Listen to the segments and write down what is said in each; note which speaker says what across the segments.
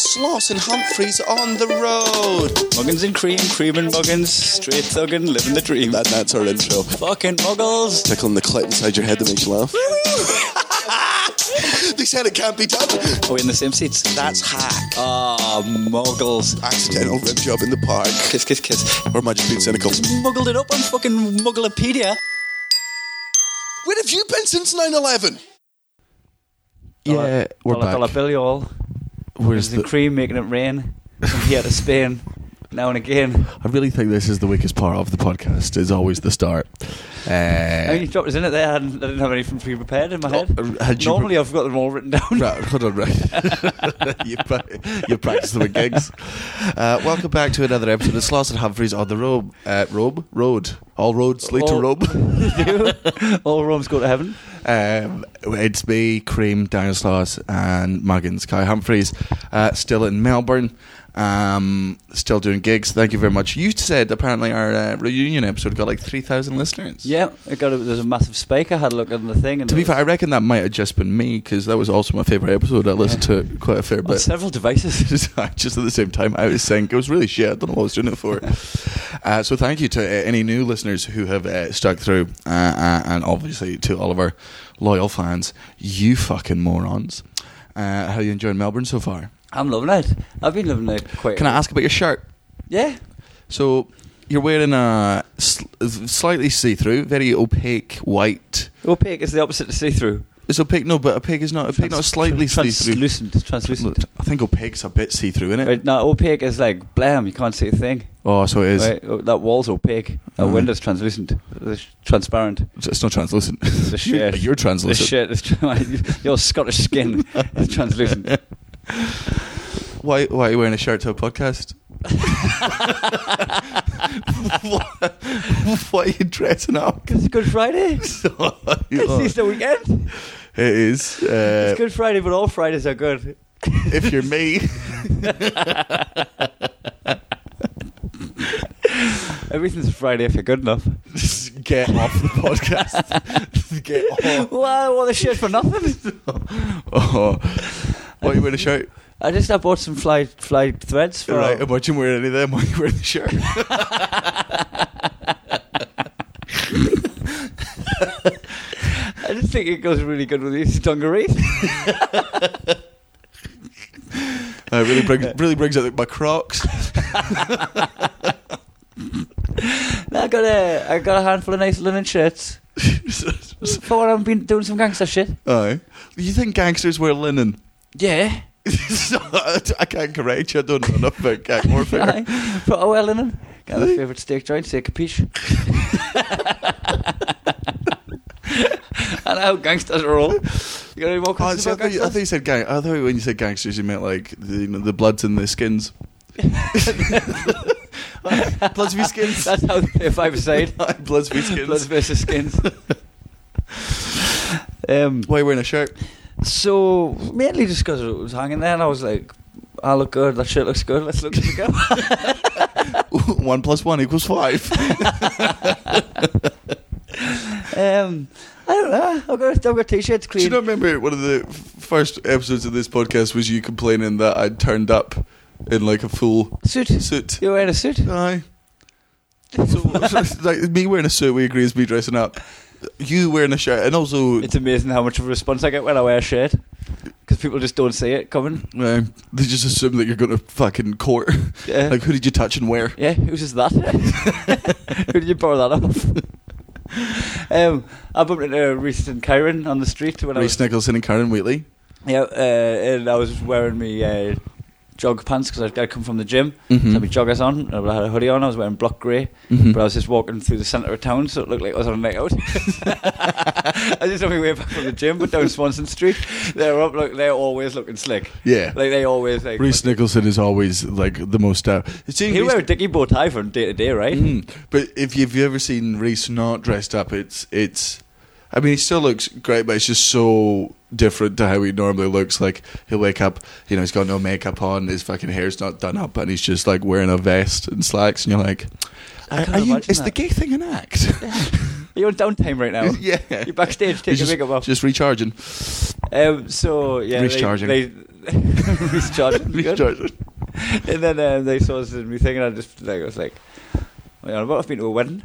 Speaker 1: Sloss and Humphreys on the road.
Speaker 2: Muggins and cream, cream and muggins, straight thuggin', living the dream.
Speaker 1: That, that's our intro.
Speaker 2: Fucking muggles.
Speaker 1: Tickling the clit inside your head that makes you laugh. they said it can't be done.
Speaker 2: Are we Oh, in the same seats?
Speaker 1: That's hack.
Speaker 2: Ah, muggles.
Speaker 1: Accidental rib job in the park.
Speaker 2: Kiss, kiss, kiss.
Speaker 1: Or am I just being cynical?
Speaker 2: Muggled it up on fucking Mugglepedia.
Speaker 1: Where have you been since 9 11?
Speaker 3: Yeah, we're
Speaker 2: dollar,
Speaker 3: back.
Speaker 2: Dollar bill, you all.
Speaker 3: Where's
Speaker 2: Muggins and
Speaker 3: the,
Speaker 2: cream making it rain from here to Spain now and again.
Speaker 3: I really think this is the weakest part of the podcast. Is always the start.
Speaker 2: I mean,
Speaker 3: Uh,
Speaker 2: you dropped us in it there. I didn't, I didn't have anything pre prepared in my head.
Speaker 3: uh, had you pre-
Speaker 2: Normally, I've got them all written down.
Speaker 3: right, hold on, right. you, pra- you practice with gigs. Uh, welcome back to another episode of Sloss and Humphreys on the Robe. Uh, robe? Road. All roads lead
Speaker 2: All-
Speaker 3: to Robe.
Speaker 2: all Rome's go to heaven.
Speaker 3: Um, it's me, Cream, Daniel Sloss, and Muggins, Kai Humphreys, uh, still in Melbourne, um, still doing gigs. Thank you very much. You said apparently our uh, reunion episode got like 3,000 listeners.
Speaker 2: Yeah, I got a, there's a massive spike. I had a look at the thing. And
Speaker 3: To
Speaker 2: it
Speaker 3: be
Speaker 2: was
Speaker 3: fair, I reckon that might have just been me because that was also my favourite episode. I listened to it quite a fair
Speaker 2: on
Speaker 3: bit.
Speaker 2: several devices.
Speaker 3: just at the same time, I was saying it was really shit. I don't know what I was doing it for. Uh, so, thank you to uh, any new listeners who have uh, stuck through, uh, uh, and obviously to all of our loyal fans. You fucking morons! Uh, how you enjoying Melbourne so far?
Speaker 2: I'm loving it. I've been loving it quite.
Speaker 3: Can I ask about your shirt?
Speaker 2: Yeah.
Speaker 3: So, you're wearing a sl- slightly see-through, very opaque white.
Speaker 2: Opaque is the opposite to see through.
Speaker 3: It's opaque, no, but opaque is not opaque. Not slightly see-through.
Speaker 2: translucent. Translucent.
Speaker 3: I think opaque's a bit see through, innit?
Speaker 2: Right, no, opaque is like blam. You can't see a thing.
Speaker 3: Oh, so it is. Uh-huh.
Speaker 2: Right, oh, that wall's opaque. That
Speaker 3: Alright.
Speaker 2: window's translucent. It's transparent.
Speaker 3: It's not translucent.
Speaker 2: The shirt.
Speaker 3: You're
Speaker 2: The
Speaker 3: translucent.
Speaker 2: shirt is tra- your Scottish skin is translucent.
Speaker 3: Why, why are you wearing a shirt to a podcast? what, what are you dressing up?
Speaker 2: Because it's Good Friday. It's
Speaker 3: it
Speaker 2: Easter weekend.
Speaker 3: is. Uh,
Speaker 2: It's Good Friday, but all Fridays are good.
Speaker 3: if you're me,
Speaker 2: Everything's a Friday if you're good enough.
Speaker 3: just get off the podcast. get off.
Speaker 2: Well, I wore the shirt for nothing.
Speaker 3: Oh. Why are you wearing a shirt?
Speaker 2: I just I bought some fly fly threads for.
Speaker 3: Right, imagine wearing any of them. Why are you wearing the shirt?
Speaker 2: I just think it goes really good with these dungarees.
Speaker 3: Uh, it really brings really brings out my Crocs.
Speaker 2: I got a I got a handful of nice linen shirts for when I've been doing some gangster shit.
Speaker 3: Aye. You think gangsters wear linen?
Speaker 2: Yeah.
Speaker 3: I can't correct you. I don't know enough about gang warfare.
Speaker 2: Aye. But I wear linen. Got my favourite steak joint, say capiche. I know how gangsters roll. You got any more
Speaker 3: Oh, I,
Speaker 2: questions
Speaker 3: see, I,
Speaker 2: about
Speaker 3: thought you, I thought
Speaker 2: gangsters?
Speaker 3: you said gang. I thought when you said gangsters, you meant like the, you know, the bloods and the skins. bloods v skins.
Speaker 2: That's how they five side.
Speaker 3: bloods v skins.
Speaker 2: Bloods versus skins. um,
Speaker 3: Why are you wearing a shirt?
Speaker 2: so mainly just because it was hanging there, and I was like, "I look good. That shirt looks good. Let's look at the go."
Speaker 3: one plus one equals five.
Speaker 2: Um, I don't know. I've got I've got t-shirts
Speaker 3: Do
Speaker 2: clean.
Speaker 3: you not remember one of the f- first episodes of this podcast was you complaining that I'd turned up in like a full
Speaker 2: suit.
Speaker 3: suit?
Speaker 2: You're wearing a suit.
Speaker 3: Aye. So, so, like, me wearing a suit, we agree, is me dressing up. You wearing a shirt, and also
Speaker 2: It's amazing how much of a response I get when I wear a shirt because people just don't see it coming.
Speaker 3: uh, they just assume that you're going to fucking court.
Speaker 2: Yeah.
Speaker 3: like, who did you touch and where?
Speaker 2: yeah, who's is that? Who did you borrow that off? um, I bumped into Reese and Kyron on the street when I was
Speaker 3: Reese Nicholson and Karen Wheatley.
Speaker 2: Yeah, uh, and I was wearing my uh, jog pants because I'd, I'd come from the gym.
Speaker 3: Mm-hmm.
Speaker 2: So I had my joggers on, and I had a hoodie on. I was wearing block grey,
Speaker 3: Mhm.
Speaker 2: but I was just walking through the centre of town, so it looked like I was on a night out. I just on my way back from the gym, but down Swanson Street, they're up, look, they're always looking slick.
Speaker 3: Yeah.
Speaker 2: Like they always like.
Speaker 3: Reese Nicholson is always like the most. Uh, seeing
Speaker 2: he
Speaker 3: Reese-
Speaker 2: wear a dicky bow tie from day to day, right?
Speaker 3: Mm. But if you've ever seen Reese not dressed up, it's it's. I mean, he still looks great, but it's just so different to how he normally looks. Like he'll wake up, you know, he's got no makeup on, his fucking hair's not done up, and he's just like wearing a vest and slacks, and you're like,
Speaker 2: I
Speaker 3: "Are,
Speaker 2: can't
Speaker 3: are you?
Speaker 2: imagine
Speaker 3: Is the
Speaker 2: that."
Speaker 3: gay thing an act?
Speaker 2: You're on downtime right now.
Speaker 3: yeah,
Speaker 2: You're backstage
Speaker 3: He's
Speaker 2: taking
Speaker 3: just,
Speaker 2: makeup off.
Speaker 3: just recharging.
Speaker 2: Um, so yeah, they,
Speaker 3: Recharging.
Speaker 2: they Reese Jordan.
Speaker 3: Reece
Speaker 2: good.
Speaker 3: Jordan.
Speaker 2: And then um, they saw us in me thing, and I just like I was like, well, you know, I've been to a wedding.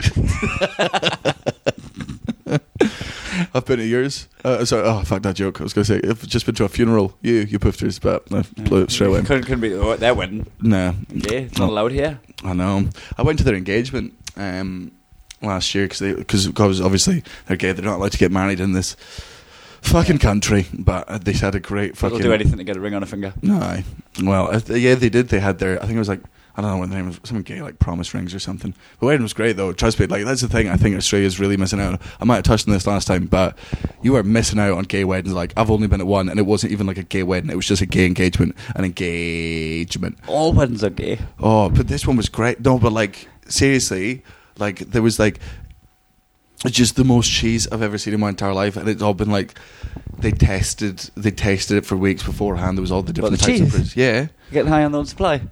Speaker 3: I've been to yours. Uh, sorry, oh, fuck that joke. I was going to say, I've just been to a funeral. You, you poofed his butt. I uh, blew it straight away. Oh.
Speaker 2: Couldn't, couldn't be to their wedding.
Speaker 3: Nah,
Speaker 2: Okay, it's not
Speaker 3: No.
Speaker 2: allowed here.
Speaker 3: I know. I went to their engagement um, last year because because because obviously they're gay. They're not allowed to get married in this fucking country. But uh, they had a great
Speaker 2: They'll
Speaker 3: fucking.
Speaker 2: do anything to get a ring on a finger.
Speaker 3: No, aye. well, if they- yeah, they did. They had their. I think it was like I don't know what the name was. Some gay like promise rings or something. The wedding was great though. Trust me, like that's the thing. I think Australia's really missing out. I might have touched on this last time, but you are missing out on gay weddings. Like I've only been at one, and it wasn't even like a gay wedding. It was just a gay engagement, an engagement.
Speaker 2: All weddings are gay.
Speaker 3: Oh, but this one was great. No, but like seriously, like there was like just the most cheese I've ever seen in my entire life, and it's all been like they tested they tested it for weeks beforehand. There was all the
Speaker 2: What,
Speaker 3: different
Speaker 2: the
Speaker 3: types
Speaker 2: cheese?
Speaker 3: of breeds. Yeah,
Speaker 2: Getting high on their own supply.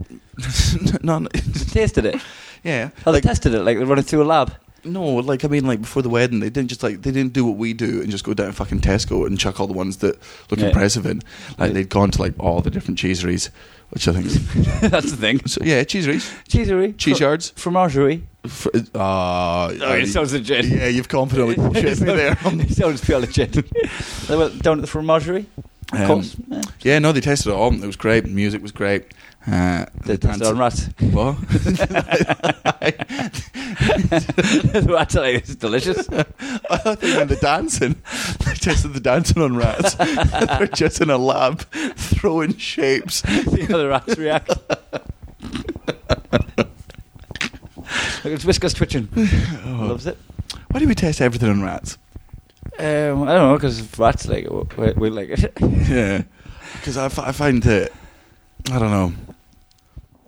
Speaker 3: no, no,
Speaker 2: They tasted it.
Speaker 3: yeah.
Speaker 2: Oh, they
Speaker 3: Like,
Speaker 2: tested it. Like they run it through a lab.
Speaker 3: no, like I mean, like before the wedding, they didn't just like they didn't do what we do and just go down to fucking Tesco and chuck all the ones that look
Speaker 2: Yeah.
Speaker 3: impressive in. Like
Speaker 2: Yeah.
Speaker 3: they'd gone to like all the different cheeseries, which I think. Is,
Speaker 2: That's the thing.
Speaker 3: so yeah, cheeseries,
Speaker 2: Cheesery.
Speaker 3: cheese yards.
Speaker 2: Fromagerie.
Speaker 3: F- Ah,
Speaker 2: Oh, it
Speaker 3: I-
Speaker 2: sounds legit.
Speaker 3: Yeah, you've confidently tricked me there.
Speaker 2: it sounds pure legit. they went down at the fromagerie. Of
Speaker 3: Um,
Speaker 2: course. Yeah.
Speaker 3: Yeah, no, they tested it all. It was great. Music was great. Uh,
Speaker 2: They tested on rats.
Speaker 3: What?
Speaker 2: Rats are like, it's delicious.
Speaker 3: I thought they meant the dancing. They tested the dancing on rats. They're just in a lab throwing shapes.
Speaker 2: See how the rats react. Look, it's whiskers twitching.
Speaker 3: Oh.
Speaker 2: Loves it.
Speaker 3: Why do we test everything on rats?
Speaker 2: Um, I don't know because rats like it. We, we like it.
Speaker 3: Yeah, because I, f- I find that I don't know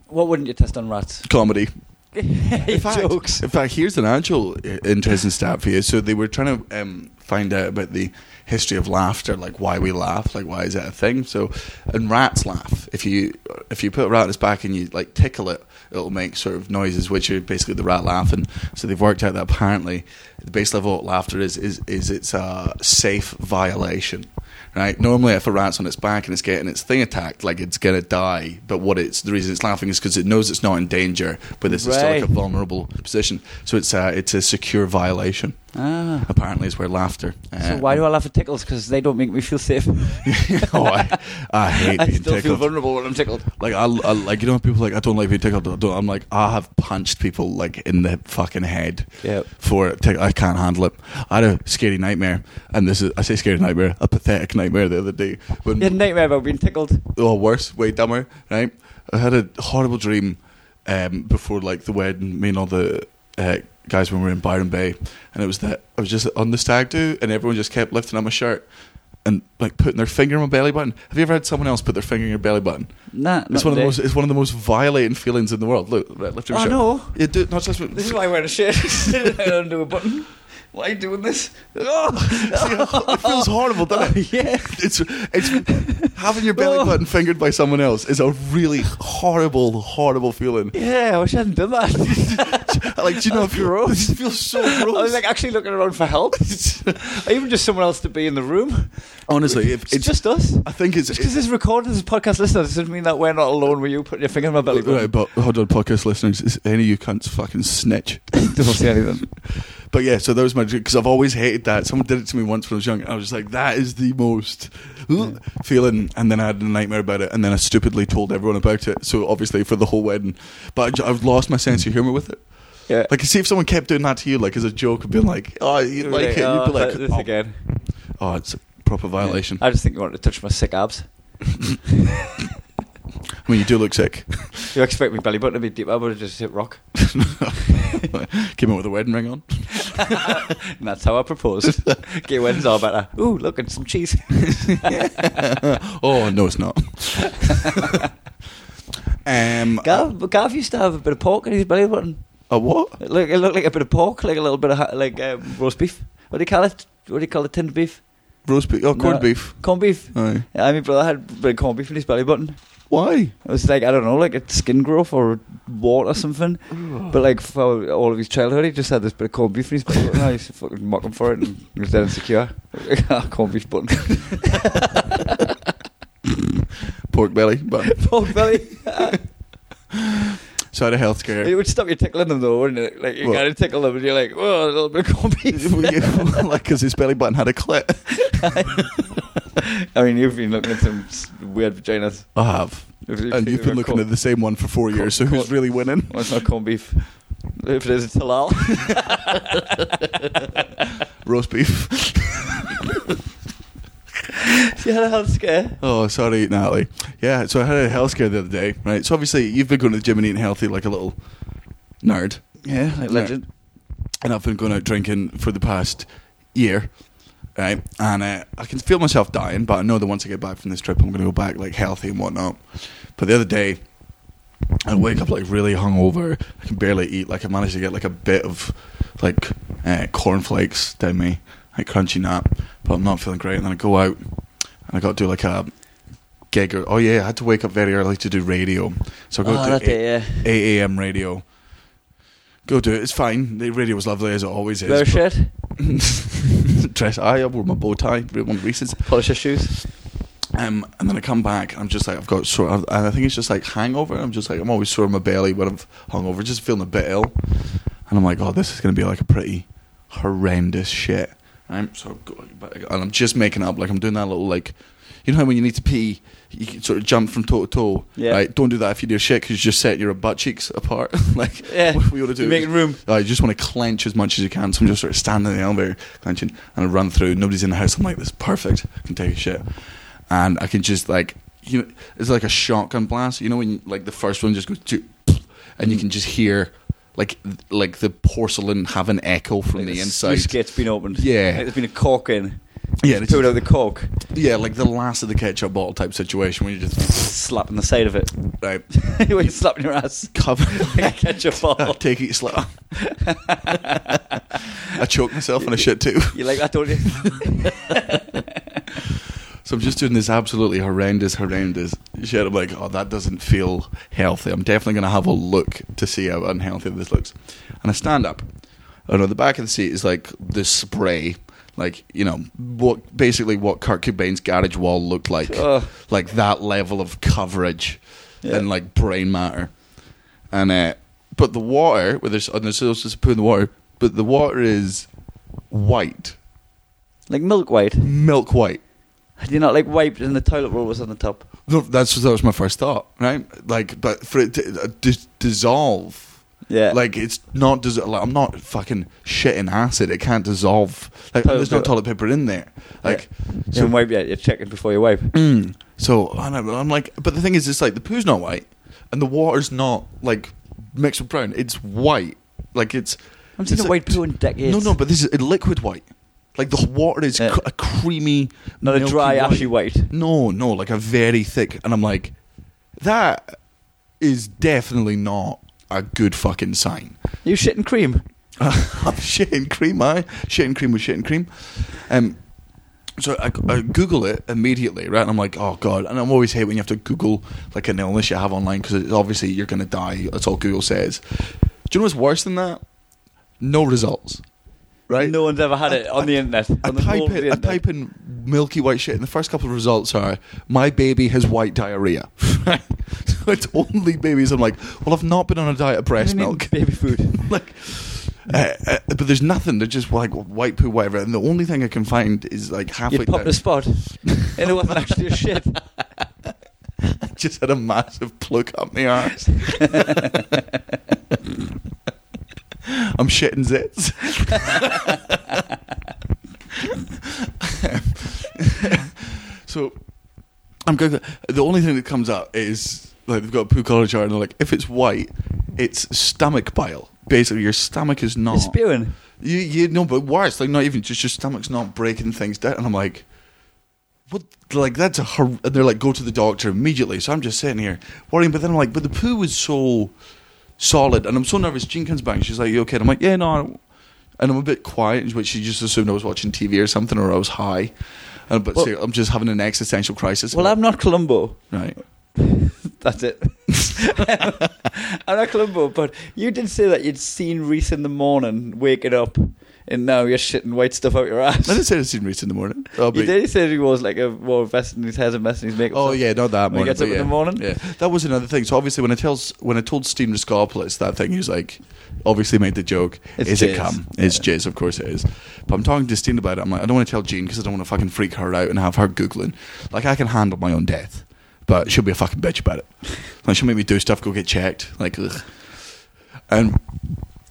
Speaker 2: what wouldn't you test on rats?
Speaker 3: comedy.
Speaker 2: He
Speaker 3: In fact-
Speaker 2: jokes.
Speaker 3: In fact, here's an actual i- interesting stat for you. So they were trying to um, find out about the history of laughter, like why we laugh, like why is that a thing? So, and rats laugh. If you if you put a rat on its back and you like tickle it, it'll make sort of noises, which are basically the rat laughing. So they've worked out that apparently the base level of laughter is is is it's a safe violation. Right. Normally, if a rat's on its back and it's getting its thing attacked, like it's gonna die. But what it's the reason it's laughing is because it knows it's not in danger, but this is still like a
Speaker 2: Right.
Speaker 3: vulnerable position. So it's a, it's a secure violation.
Speaker 2: Ah.
Speaker 3: Apparently, is where laughter. uh,
Speaker 2: So why do I laugh at tickles? Because they don't make me feel safe.
Speaker 3: oh, I, I hate
Speaker 2: I
Speaker 3: being
Speaker 2: still feel
Speaker 3: tickled.
Speaker 2: vulnerable when I'm tickled.
Speaker 3: like I, I- like you know people are like I don't like being tickled. I don't, I'm like I have punched people like in the fucking head
Speaker 2: Yep.
Speaker 3: for it. Tick- I can't handle it. I had a scary nightmare, and this is I say scary nightmare, a pathetic nightmare the other day when
Speaker 2: You had a nightmare about being tickled.
Speaker 3: oh worse, way dumber, right? I had a horrible dream um, before like the wedding, me and all the uh, guys when we were in Byron Bay, and it was that I was just on the stag do, and everyone just kept lifting up my shirt and like putting their finger on my belly button. Have you ever had someone else put their finger in your belly button?
Speaker 2: Nah, not
Speaker 3: It's one of the
Speaker 2: today.
Speaker 3: most. It's one of the most violating feelings in the world. Look, right, lift your
Speaker 2: Oh,
Speaker 3: shirt.
Speaker 2: no.
Speaker 3: Yeah, do, not just.
Speaker 2: This is why I wear a shirt. I don't do a button. Why are you doing this? Oh,
Speaker 3: See, it feels horrible, doesn't it?
Speaker 2: yeah.
Speaker 3: It's it's having your belly
Speaker 2: Oh.
Speaker 3: button fingered by someone else is a really horrible, horrible feeling.
Speaker 2: Yeah, I wish I hadn't done that.
Speaker 3: like, do you know
Speaker 2: That's
Speaker 3: if you're gross? It feels so
Speaker 2: I
Speaker 3: gross.
Speaker 2: was like actually looking around for help. or even just someone else to be in the room.
Speaker 3: honestly, if
Speaker 2: It's, just us.
Speaker 3: I think it's.
Speaker 2: Just because
Speaker 3: it's
Speaker 2: this recorded as a podcast listener doesn't mean that we're not alone with you putting your finger in my belly button.
Speaker 3: Right, but hold on, podcast listeners. Is any of you cunts fucking snitch?
Speaker 2: Don't say anything.
Speaker 3: But yeah, so that was my dream because I've always hated that. Someone did it to me once when I was young. And I was just like, that is the most ugh, feeling. And then I had a nightmare about it, and then I stupidly told everyone about it. So obviously for the whole wedding, but I j- I've lost my sense of humor with it.
Speaker 2: Yeah.
Speaker 3: Like, see if someone kept doing that to you, like as a joke, and being like, "Oh, you
Speaker 2: You'd
Speaker 3: like it,"
Speaker 2: oh,
Speaker 3: you'd be like,
Speaker 2: this
Speaker 3: oh,
Speaker 2: again.
Speaker 3: "Oh, it's a proper violation."
Speaker 2: I just think you wanted to touch my sick abs.
Speaker 3: I mean, you do look sick.
Speaker 2: You expect me belly button to be deep? I would have just hit rock.
Speaker 3: Came out with a wedding ring on.
Speaker 2: And that's how I proposed. Gay weddings are better. Ooh, look, it's some cheese.
Speaker 3: oh no, it's not. um,
Speaker 2: Gav, but Gav used to have a bit of pork in his belly button.
Speaker 3: a what?
Speaker 2: It looked, it looked like a bit of pork, like a little bit of ha- like um, roast beef. What do you call it? What do you call it? Tinned beef?
Speaker 3: Roast beef? Oh, corned
Speaker 2: No.
Speaker 3: beef.
Speaker 2: Corned beef?
Speaker 3: Aye.
Speaker 2: I mean, brother had a bit of corned beef in his belly button.
Speaker 3: Why?
Speaker 2: It was like, I don't know, like a skin growth or wart or something. But like for all of his childhood, he just had this bit of corned beef in his belly button. I used to fucking mock him for it and he was dead Ah, insecure. corned beef button.
Speaker 3: pork belly, but
Speaker 2: Pork belly.
Speaker 3: so I had a health scare.
Speaker 2: it would stop you tickling them though, wouldn't it? Like you
Speaker 3: What?
Speaker 2: gotta tickle them, and you're like, oh, a little bit of corned beef.
Speaker 3: like, because his belly button had a clit.
Speaker 2: I mean, you've been looking at some s- weird vaginas.
Speaker 3: I have.
Speaker 2: If you-
Speaker 3: And
Speaker 2: if
Speaker 3: you've been
Speaker 2: you're
Speaker 3: looking
Speaker 2: corn-
Speaker 3: at the same one for four years, so who's
Speaker 2: Cor-
Speaker 3: really winning?
Speaker 2: Well, it's not corned beef. If it is, it's halal.
Speaker 3: Roast beef.
Speaker 2: you had a health scare.
Speaker 3: Oh, sorry, Natalie. Yeah, so I had a health scare the other day, right? So obviously, you've been going to the gym and eating healthy like a little nerd.
Speaker 2: Yeah, like
Speaker 3: No.
Speaker 2: legend.
Speaker 3: and I've been going out drinking for the past year, right? And uh, I can feel myself dying, but I know that once I get back from this trip, I'm going to go back like healthy and whatnot. But the other day, I wake up like really hungover. I can barely eat. Like I managed to get like a bit of like uh, cornflakes down me, like crunchy nap. But I'm not feeling great. And then I go out and I got to do like a gig. Or, oh yeah, I had to wake up very early to do radio. So I go
Speaker 2: Oh,
Speaker 3: to
Speaker 2: that
Speaker 3: eight-
Speaker 2: day, yeah.
Speaker 3: 8 a.m. radio. Go do it. It's fine. The radio was lovely as it always
Speaker 2: Bear
Speaker 3: is.
Speaker 2: shit.
Speaker 3: but- Dress. I wore my bow tie. One Reese's.
Speaker 2: Polish your shoes.
Speaker 3: Um, and then I come back. And I'm just like I've got sore. And I think it's just like hangover. I'm just like I'm always sore in my belly when I'm hungover. Just feeling a bit ill. And I'm like, oh, this is gonna be like a pretty horrendous shit. Right? So I'm going back, and I'm just making up. Like I'm doing that little like, you know how when you need to pee, you can sort of jump from toe to toe.
Speaker 2: Yeah.
Speaker 3: Right. Don't do that if you do shit because you just set your butt cheeks apart. like
Speaker 2: Yeah.
Speaker 3: what we ought to do.
Speaker 2: You're making room.
Speaker 3: I just want to clench as much as you can. So I'm just sort of standing in the elevator, clenching, and I run through. Nobody's in the house. I'm like, this is perfect. I can take a shit. And I can just like, you know, it's like a shotgun blast. You know, when like the first one just goes, choo, and you can just hear like th- like the porcelain have an echo from
Speaker 2: Like
Speaker 3: the
Speaker 2: s-
Speaker 3: inside.
Speaker 2: Your skate's been opened.
Speaker 3: Yeah.
Speaker 2: Like there's been a Er cork in.
Speaker 3: Yeah, and it's
Speaker 2: Pulled out the cork,
Speaker 3: yeah, like the last of the ketchup bottle type situation when you just
Speaker 2: slapping the side of it.
Speaker 3: right
Speaker 2: You're slapping your ass.
Speaker 3: cover.
Speaker 2: Like a ketchup bottle.
Speaker 3: Take it slow. I choked myself on a shit too.
Speaker 2: You like that, don't you?
Speaker 3: So I'm just doing this absolutely horrendous, horrendous shit. I'm like, oh, that doesn't feel healthy. I'm definitely going to have a look to see how unhealthy this looks. And I stand up. And on the back of the seat is like this spray, like, you know, what basically what Kurt Cobain's garage wall looked like.
Speaker 2: Ugh.
Speaker 3: Like that level of coverage
Speaker 2: Yeah.
Speaker 3: and like brain matter. And, uh, but the water, where there's, and there's also a poo in the water, but the water is white,
Speaker 2: like milk white.
Speaker 3: milk white.
Speaker 2: Had you not like wiped and the toilet roll was on the top?
Speaker 3: No, that's that was my first thought, right? Like, but for it to uh, dis- dissolve,
Speaker 2: Yeah.
Speaker 3: like it's not. Dis- like, I'm not fucking shitting acid. It can't dissolve. Like,
Speaker 2: Toilet
Speaker 3: there's no
Speaker 2: paper.
Speaker 3: toilet paper in there. Like,
Speaker 2: you
Speaker 3: so
Speaker 2: so wipe yet. You're checking before you wipe.
Speaker 3: Mm. So and I'm, I'm like, but the thing is, it's like the poo's not white, and the water's not like mixed with brown. It's white. Like it's.
Speaker 2: I'm seeing
Speaker 3: it's
Speaker 2: a white poo in decades.
Speaker 3: No, no, but this is a liquid white. Like the water is
Speaker 2: Yeah.
Speaker 3: cr- a creamy,
Speaker 2: Not a
Speaker 3: milky
Speaker 2: dry, ashy white.
Speaker 3: No, no, like a very thick. And I'm like, that is definitely not a good fucking sign.
Speaker 2: You shitting cream.
Speaker 3: I'm shitting cream, I shitting cream with shitting cream. Um, so I, I Google it immediately, right? And I'm like, oh god! And I'm always hate when you have to Google like an illness you have online because obviously you're gonna die. That's all Google says. Do you know what's worse than that? No results, right?
Speaker 2: No one's ever had
Speaker 3: I-
Speaker 2: it on the internet.
Speaker 3: I
Speaker 2: on the whole
Speaker 3: type
Speaker 2: of the
Speaker 3: in, I
Speaker 2: internet.
Speaker 3: type in milky white shit, and the first couple of results are my baby has white diarrhea. Right? so it's only babies. I'm like, well, I've not been on a diet of breast
Speaker 2: You mean
Speaker 3: milk.
Speaker 2: Baby food.
Speaker 3: like, uh, uh, but there's nothing. They're just like white poo, whatever. And the only thing I can find is like halfway
Speaker 2: You'd pop
Speaker 3: down.
Speaker 2: the spot. And it wasn't actually a shit.
Speaker 3: just had a massive plug up my arse. I'm shitting zits. so I'm going. The only thing that comes up is like they've got a poo color chart, and they're like, if it's white, it's stomach bile. Basically, your stomach is not.
Speaker 2: You're spewing.
Speaker 3: You, you know, but worse, like not even just your stomach's not breaking things down, and I'm like, what? Like that's a hor- and they're like, go to the doctor immediately. So I'm just sitting here worrying, but then I'm like, but the poo is so solid, and I'm so nervous. Jean comes back, and she's like, you okay? And I'm like, yeah, no, I don't-" and I'm a bit quiet, which she just assumed I was watching TV or something, or I was high, and but
Speaker 2: Well-
Speaker 3: see, I'm just having an existential crisis.
Speaker 2: Well, I'm not Columbo.
Speaker 3: right.
Speaker 2: That's it. I'm not Columbo, but you did say that you'd seen Reese in the morning waking up and now you're shitting white stuff out your ass.
Speaker 3: I didn't say I'd seen Reese in the morning. Oh,
Speaker 2: He
Speaker 3: but-
Speaker 2: did. He said he was like a war vest and his hair's a mess and his makeup.
Speaker 3: Oh yeah, not that
Speaker 2: When
Speaker 3: morning.
Speaker 2: he gets
Speaker 3: but
Speaker 2: up in
Speaker 3: yeah.
Speaker 2: the morning?
Speaker 3: Yeah, that was another thing. So obviously, when I tells when I told Steve Raskopoulos that thing, he was like, obviously made the joke.
Speaker 2: It's
Speaker 3: is
Speaker 2: jizz.
Speaker 3: it cum? It's jizz, of course it is. But I'm talking to Steve about it. I'm like, I don't want to tell Jean because I don't want to fucking freak her out and have her googling. Like I can handle my own death, but she'll be a fucking bitch about it. Like she'll make me do stuff, go get checked. Like, ugh. and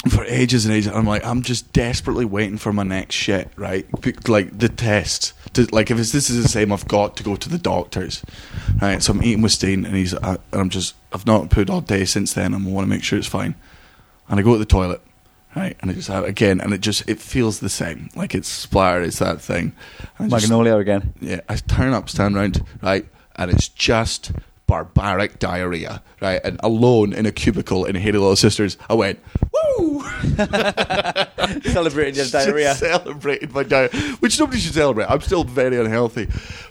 Speaker 3: for ages and ages. I'm like, I'm just desperately waiting for my next shit, right? Be- Like the test. To, like if it's, this is the same, I've got to go to the doctors, right? So I'm eating with Steen, and he's uh, and I'm just I've not pooed all day since then. and I want to make sure it's fine, and I go to the toilet, right? And I just have it again, and it just it feels the same, like it's splatter, it's that thing. And I just-
Speaker 2: Magnolia again.
Speaker 3: yeah, I turn up, stand round, right, and it's just barbaric diarrhea, right? And alone in a cubicle in Hated Little Sisters, I went, woo!
Speaker 2: Celebrating your diarrhea.
Speaker 3: Just celebrated my diarrhea, which nobody should celebrate. I'm still very unhealthy.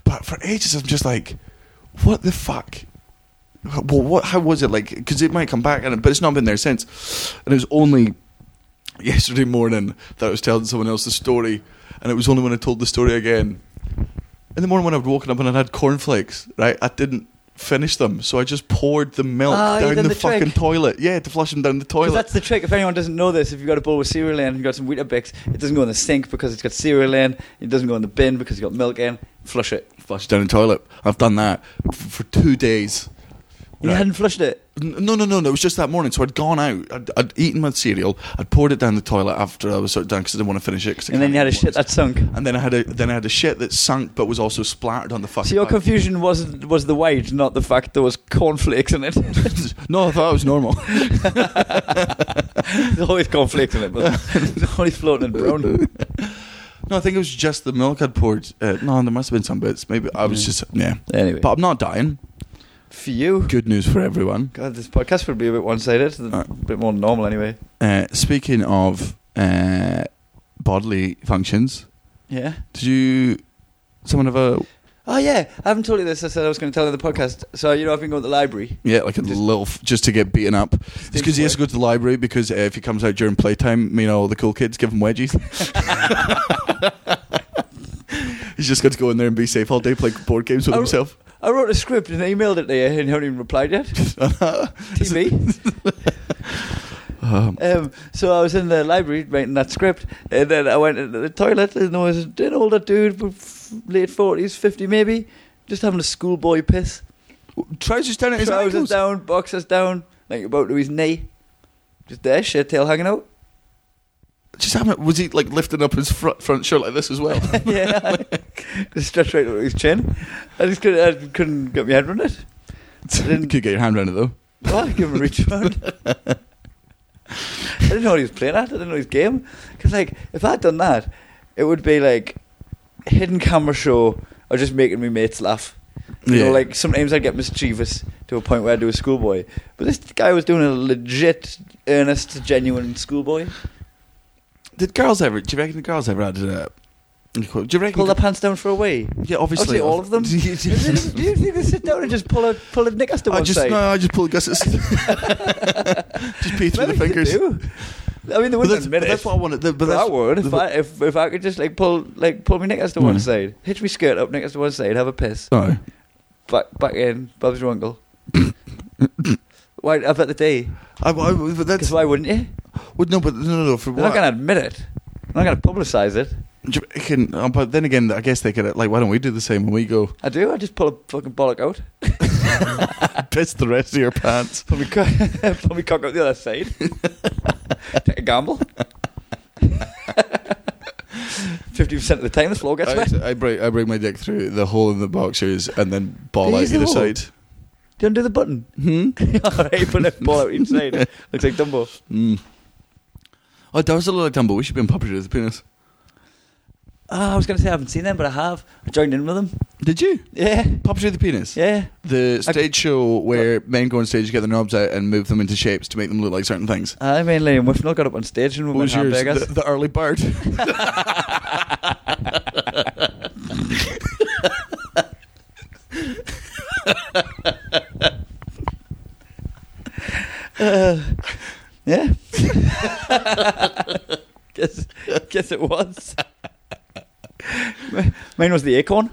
Speaker 3: But for ages, I'm just like, what the fuck? Well, what? How was it like? Because it might come back, and but it's not been there since. And it was only yesterday morning that I was telling someone else the story, and it was only when I told the story again in the morning when I would woken up and I'd had cornflakes, right? I didn't finish them, so I just poured the milk
Speaker 2: Ah, you
Speaker 3: down the,
Speaker 2: done the
Speaker 3: fucking
Speaker 2: trick.
Speaker 3: toilet. Yeah, to flush them down the toilet.
Speaker 2: Because that's the trick. If anyone doesn't know this, if you've got a bowl with cereal in, and you've got some Weetabix, it doesn't go in the sink because it's got cereal in. It doesn't go in the bin because you've got milk in. Flush it.
Speaker 3: flush it down the toilet. I've done that f- for two days.
Speaker 2: You
Speaker 3: Right.
Speaker 2: hadn't flushed it.
Speaker 3: N- No, no, no, no. It was just that morning. So I'd gone out. I'd, I'd eaten my cereal. I'd poured it down the toilet after I was sort of done because I didn't want to finish it. 'cause I
Speaker 2: And then
Speaker 3: can't
Speaker 2: you had a
Speaker 3: eat
Speaker 2: shit
Speaker 3: once.
Speaker 2: that sunk.
Speaker 3: And then I had a then I had a shit that sunk, but was also splattered on the fucking.
Speaker 2: So your
Speaker 3: bag.
Speaker 2: confusion was was the wage, not the fact there was cornflakes in it.
Speaker 3: no, I thought it was normal.
Speaker 2: There's always cornflakes in it. But it's always floating in brown.
Speaker 3: No, I think it was just the milk I'd poured. Uh, no, there must have been some bits. Maybe I was
Speaker 2: Yeah.
Speaker 3: just yeah.
Speaker 2: Anyway,
Speaker 3: But I'm not dying.
Speaker 2: for you,
Speaker 3: Good news for everyone.
Speaker 2: God, this podcast would be a bit one-sided, a
Speaker 3: Alright.
Speaker 2: bit more normal anyway.
Speaker 3: Uh, speaking of uh, bodily functions,
Speaker 2: Yeah.
Speaker 3: did you? Someone have a
Speaker 2: Oh yeah, I haven't told you this. I said I was going to tell you the podcast. So you know, I've been going to the library.
Speaker 3: yeah, like a
Speaker 2: Just-
Speaker 3: little f- just to get beaten up. It's because he has to go to the library because uh, if he comes out during playtime, you know, all the cool kids give him wedgies. He's just got to go in there and be safe all day, play board games with
Speaker 2: Oh.
Speaker 3: himself.
Speaker 2: I wrote a script and emailed it to you, and you haven't even replied yet. TV.
Speaker 3: Um,
Speaker 2: Um, so I was in the library writing that script, and then I went into the toilet, and there was an older dude, with late forties, fifty maybe, just having a schoolboy piss.
Speaker 3: trousers down at his
Speaker 2: Trousers
Speaker 3: ankles.
Speaker 2: down, boxers down, like about to his knee, just there, shirt tail hanging out.
Speaker 3: Just having it, was he like lifting up his front, front shirt like this as well?
Speaker 2: yeah, just stretched right over his chin. I just couldn't, I couldn't get my head around it.
Speaker 3: Could get your hand around it though.
Speaker 2: Well, I give him a reach round. I didn't know what he was playing at. I didn't know his game. Because, like, if I'd done that, it would be like hidden camera show or just making my mates laugh. You
Speaker 3: Yeah.
Speaker 2: know, like sometimes I'd get mischievous to a point where I'd do a schoolboy. But this guy was doing a legit, earnest, genuine schoolboy.
Speaker 3: Did girls ever? Do you reckon the girls ever had a? Do you reckon?
Speaker 2: Pull their pants down for a wee.
Speaker 3: yeah, obviously
Speaker 2: Obviously, all of them. do you think do you think they sit down and just pull a pull a knickers to
Speaker 3: I
Speaker 2: one
Speaker 3: just
Speaker 2: side?
Speaker 3: no, I just pull Gus's. just pee through the
Speaker 2: Maybe they
Speaker 3: fingers.
Speaker 2: do. I mean, they
Speaker 3: But
Speaker 2: wouldn't
Speaker 3: that's,
Speaker 2: admit
Speaker 3: but
Speaker 2: it.
Speaker 3: that's what I wanted. But
Speaker 2: But I
Speaker 3: that's,
Speaker 2: would if
Speaker 3: the-
Speaker 2: I if, if I could just like pull like pull my knickers to one
Speaker 3: Mm.
Speaker 2: side, hitch my skirt up knickers to one side, have a piss,
Speaker 3: Aye.
Speaker 2: back back in Bob's your uncle. why? I've got the day.
Speaker 3: I, I, but
Speaker 2: Because
Speaker 3: that's
Speaker 2: why wouldn't you?
Speaker 3: well, no, but no, no, no. For
Speaker 2: They're not
Speaker 3: what?
Speaker 2: going to admit it. They're not going to publicise it.
Speaker 3: Do you reckon- oh, but then again, I guess they could. Like, why don't we do the same when we go
Speaker 2: I do. I just pull a fucking bollock out,
Speaker 3: piss the rest of your pants?
Speaker 2: pull me co- pull me cock out the other side, take a gamble. Fifty percent of the time, the floor gets wet.
Speaker 3: I, I break I break my dick through the hole in the boxers and then ball out
Speaker 2: There's
Speaker 3: the other
Speaker 2: a hole.
Speaker 3: side.
Speaker 2: Do you undo the button?
Speaker 3: Hmm.
Speaker 2: All right, put a ball out each side. Looks like Dumbo.
Speaker 3: Mm. Oh, that was a little like Dumbo. We should be in puppetry with the penis.
Speaker 2: Oh, I was going to say I haven't seen them, but I have. I joined in with them.
Speaker 3: Did you
Speaker 2: Yeah,
Speaker 3: puppetry with the penis?
Speaker 2: yeah.
Speaker 3: The
Speaker 2: I-
Speaker 3: stage show where men go on stage, get their knobs out, and move them into shapes to make them look like certain things.
Speaker 2: I mean, Liam Whitnell got up on stage and we
Speaker 3: What
Speaker 2: went
Speaker 3: was yours?
Speaker 2: hamburgers.
Speaker 3: The, the early bird.
Speaker 2: Uh, yeah. Yes, yes, it was. Mi- Mine was the acorn.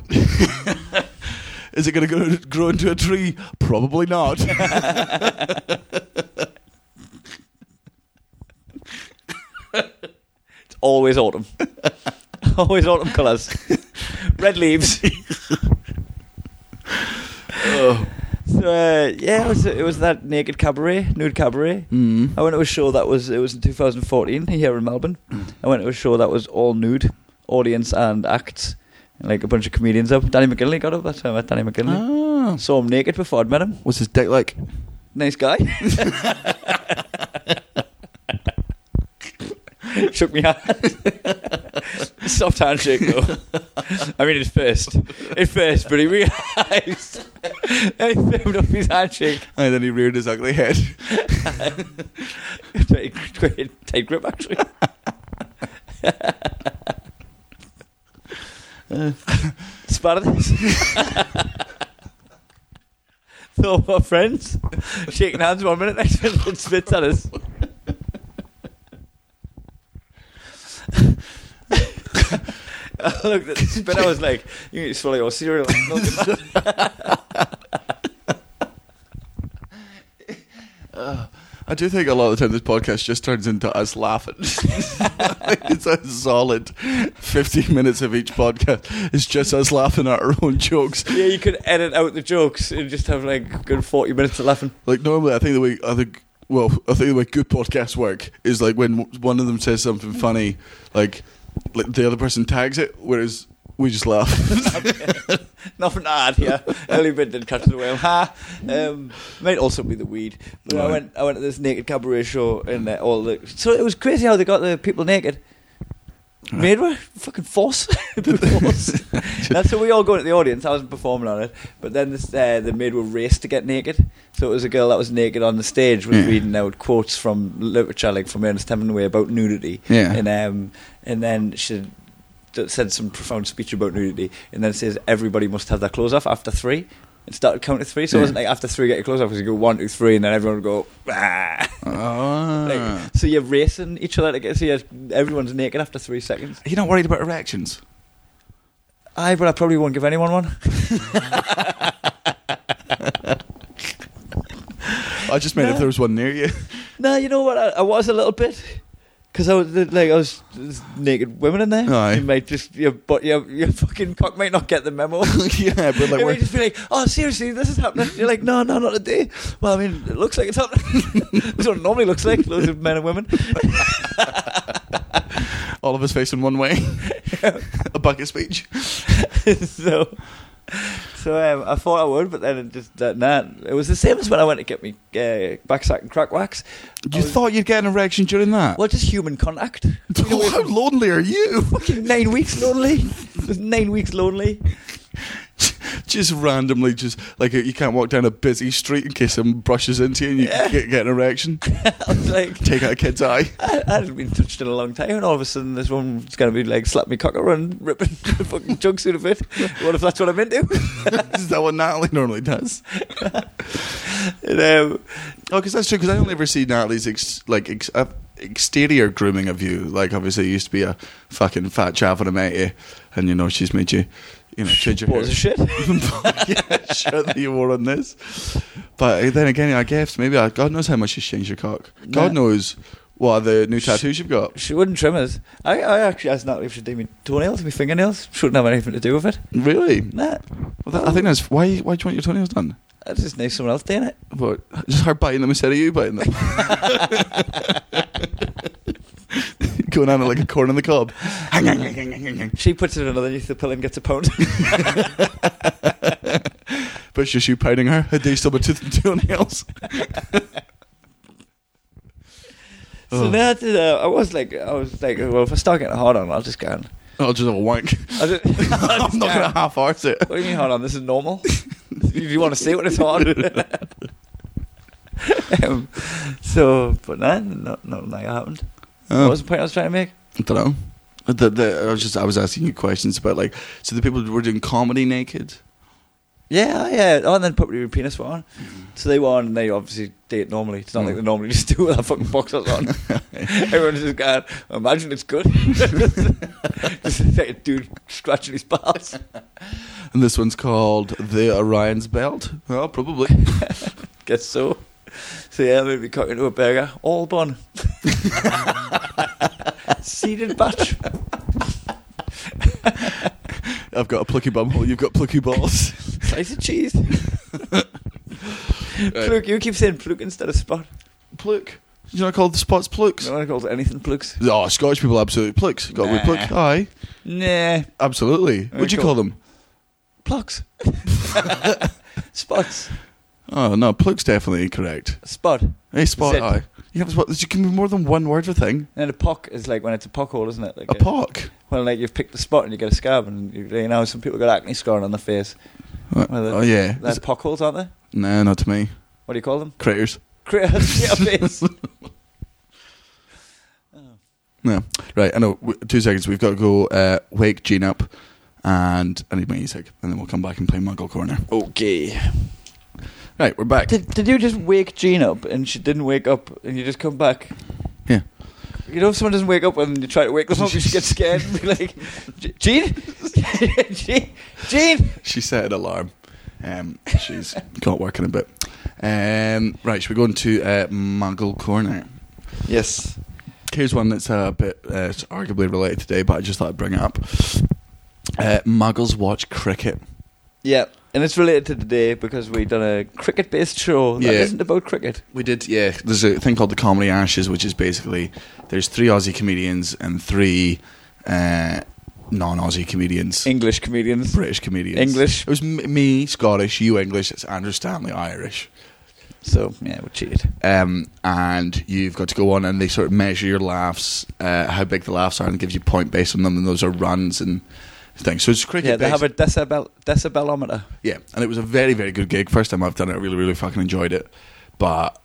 Speaker 3: Is it going to grow into a tree? Probably not.
Speaker 2: It's always autumn. always autumn colours. Red leaves. So uh, yeah, it was it was that naked cabaret, nude cabaret.
Speaker 3: Mm.
Speaker 2: I went to a show that was it was in 2014 here in Melbourne. I went to a show that was all nude, audience and acts, and like a bunch of comedians up. Danny McKinley got up. That's how I met Danny McKinley.
Speaker 3: Ah.
Speaker 2: Saw him naked before I'd met him.
Speaker 3: What's his dick like?
Speaker 2: Nice guy. Shook me hand. Soft handshake though. I mean, at first, at first, but he realised. and he firmed up his handshake.
Speaker 3: And then he reared his ugly head.
Speaker 2: Tight, tight, tight grip, actually. Spartacus. so my friends shaking hands one minute, next minute it spits at us. I looked at the spit. I was like, "You need to swallow your cereal." Look at that.
Speaker 3: I do think a lot of the time this podcast just turns into us laughing. it's a solid 15 minutes of each podcast. It's just us laughing at our own jokes.
Speaker 2: yeah, you could edit out the jokes and just have like a good forty minutes of laughing.
Speaker 3: Like normally, I think the way I think well, I think the way good podcasts work is like when one of them says something funny, like, like the other person tags it, whereas we just laugh.
Speaker 2: Nothing to add here. Only bit did catch the whale. Ha! Um, might also be the weed. But I
Speaker 3: Right.
Speaker 2: went. I went to this naked cabaret show and uh, all the. So it was crazy how they got the people naked. Made were fucking force. Brute force. That's so we all go to the audience. I wasn't performing on it, but then this, uh, the maid were raced to get naked. So it was a girl that was naked on the stage was
Speaker 3: Yeah.
Speaker 2: reading out quotes from literature, like from Ernest Hemingway about nudity.
Speaker 3: Yeah.
Speaker 2: And um, and then she d- said some profound speech about nudity, and then says everybody must have their clothes off after three. It started counting to three, so it wasn't like after three get your clothes off. Because you go one, two, three, and then everyone would go. Ah.
Speaker 3: Ah.
Speaker 2: Like, so you're racing each other to get. So you're, everyone's naked after three seconds.
Speaker 3: Are you not worried about erections?
Speaker 2: Aye, but I probably won't give anyone one.
Speaker 3: I just meant if there was one near you.
Speaker 2: No, you know what? I, I was a little bit because I was like, I was there's naked women in there.
Speaker 3: Aye.
Speaker 2: You might just your but your your fucking cock might not get the memo.
Speaker 3: yeah, but like
Speaker 2: It might
Speaker 3: we're,
Speaker 2: just be like, oh, seriously, this is happening. You're like, no, no, not today. Well, I mean, it looks like it's happening. That's what it normally looks like. Loads of men and women.
Speaker 3: all of us facing one way. a bucket speech.
Speaker 2: so, so um, I thought I would, but then it just that nah. It was the same as when I went to get me uh, backsack and crack wax. I
Speaker 3: You
Speaker 2: was-
Speaker 3: thought you'd get an erection during that?
Speaker 2: Well, just human contact. You know,
Speaker 3: How lonely are you?
Speaker 2: nine weeks lonely. It was nine weeks lonely.
Speaker 3: just randomly, just like you can't walk down a busy street in case someone brushes into you and you
Speaker 2: Yeah.
Speaker 3: get, get an erection.
Speaker 2: I was like,
Speaker 3: Take out a kid's eye.
Speaker 2: I, I hadn't been touched in a long time, and all of a sudden, this woman's going to be like, slap me cocker and ripping the fucking chunks out of it. What if that's what I'm into?
Speaker 3: Is that what Natalie normally does?
Speaker 2: And, um,
Speaker 3: Oh, because that's true. Because I only ever see Natalie's ex- like ex- uh, exterior grooming of you. Like obviously, you used to be a fucking fat chav and a matey, and you know she's made you, you know, change your
Speaker 2: balls of
Speaker 3: hair.
Speaker 2: shit.
Speaker 3: yeah, shirt that you wore on this. But eh, then again, I guess maybe I, God knows how much she's changed your cock. God
Speaker 2: Nah.
Speaker 3: knows what the new tattoos you've got.
Speaker 2: She wouldn't trim us. I, I actually asked Natalie if she'd do me toenails, my fingernails. She wouldn't have anything to do with it.
Speaker 3: Really?
Speaker 2: Nah,
Speaker 3: Well, that, I think that's why. Why do you want your toenails done?
Speaker 2: I just need someone else doing it.
Speaker 3: What? Just her biting them instead of you biting them. Going on like a corn on the cob.
Speaker 2: She puts it underneath the pillow and gets a pound.
Speaker 3: But it's just you pounding her. How dare you stub her tooth and toenails?
Speaker 2: so
Speaker 3: Oh.
Speaker 2: now uh, I was like, I was like, well, if I start getting hard on, I'll just go. and-
Speaker 3: Oh, I'll just have a wank.
Speaker 2: I'll just, I'll just
Speaker 3: I'm not
Speaker 2: go and-
Speaker 3: going to half arse it.
Speaker 2: What do you mean, hold on? This is normal. if you want to see what it's hard. um, so, but no, not not like that happened.
Speaker 3: Um,
Speaker 2: what was the point I was trying to make?
Speaker 3: I don't know. The, the, I was just I was asking you questions about like so the people who were doing comedy naked.
Speaker 2: Yeah, yeah. Oh, and then put your penis on. So they won, and they obviously date normally. It's not like they normally just do with a fucking boxers on. Everyone's just going, imagine it's good. just like a dude scratching his balls.
Speaker 3: And this one's called The Orion's Belt. Well, probably.
Speaker 2: Guess so. So yeah, maybe cut into a burger. All bun. Seeded batch.
Speaker 3: I've got a plucky bumhole, you've got plucky balls.
Speaker 2: Slice of cheese. Pluk. You keep saying pluk instead of spot.
Speaker 3: Pluck. You're not called the spots plucks?
Speaker 2: No one calls it anything pluks.
Speaker 3: Oh, Scottish people absolutely plucks. Got to be
Speaker 2: Nah.
Speaker 3: pluck. Aye,
Speaker 2: Nah.
Speaker 3: absolutely. What'd you
Speaker 2: cool.
Speaker 3: call them?
Speaker 2: Plucks. Spots.
Speaker 3: Oh no, pluck's definitely incorrect.
Speaker 2: Spot.
Speaker 3: Hey, spot.
Speaker 2: Zip.
Speaker 3: Aye, you have a spot. You can be more than one word for a thing.
Speaker 2: And a pock is like when it's a pock hole, isn't it? Like
Speaker 3: A pock.
Speaker 2: Well, like you've picked a spot and you get a scab, and you, you know some people got acne scarring on their face.
Speaker 3: Uh,
Speaker 2: Well, that-
Speaker 3: oh yeah.
Speaker 2: They're pock holes, aren't they?
Speaker 3: Nah, not to me.
Speaker 2: What do you call them?
Speaker 3: Critters.
Speaker 2: Craters. Yeah, face. Oh.
Speaker 3: No. Right. I know. W- Two seconds. We've got to go. Uh, wake Gene up, and I need my music, and then we'll come back and play Muggle Corner.
Speaker 2: okay.
Speaker 3: Right, we're back.
Speaker 2: Did, did you just wake Jean up and she didn't wake up, and you just come back?
Speaker 3: Yeah.
Speaker 2: You know, if someone doesn't wake up and you try to wake them up, you just get scared and be like, "Je- Jean? Jean? Jean?
Speaker 3: She set an alarm. Um, she's got working a bit. Um, right, should we go into uh, Muggle Corner?
Speaker 2: Yes.
Speaker 3: Here's one that's a bit uh, it's arguably related today, but I just thought I'd bring it up. Uh, Muggles watch cricket.
Speaker 2: Yeah, and it's related to today because we done a cricket based show that
Speaker 3: Yeah.
Speaker 2: not about cricket.
Speaker 3: We did, yeah. There's a thing called the Comedy Ashes, which is basically there's three Aussie comedians and three uh, non-Aussie comedians,
Speaker 2: English comedians.
Speaker 3: British comedians,
Speaker 2: English.
Speaker 3: It was m- me Scottish, you English. It's Andrew Stanley Irish.
Speaker 2: So, yeah, we cheated.
Speaker 3: um, and you've got to go on and they sort of measure your laughs, uh, how big the laughs are, and gives you point based on them, and those are runs and things. So it's cricket.
Speaker 2: Yeah, they
Speaker 3: based-
Speaker 2: have a decibel decibelometer.
Speaker 3: yeah, and it was a very very good gig. First time I've done it, I really really fucking enjoyed it. But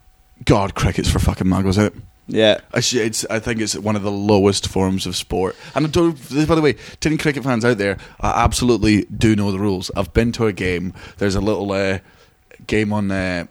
Speaker 3: God, cricket's for fucking muggles, isn't it?
Speaker 2: Yeah.
Speaker 3: I sh- It's, I think it's one of the lowest forms of sport. And I don't, by the way, to any cricket fans out there, I absolutely do know the rules. I've been to a game. There's a little uh, game on uh,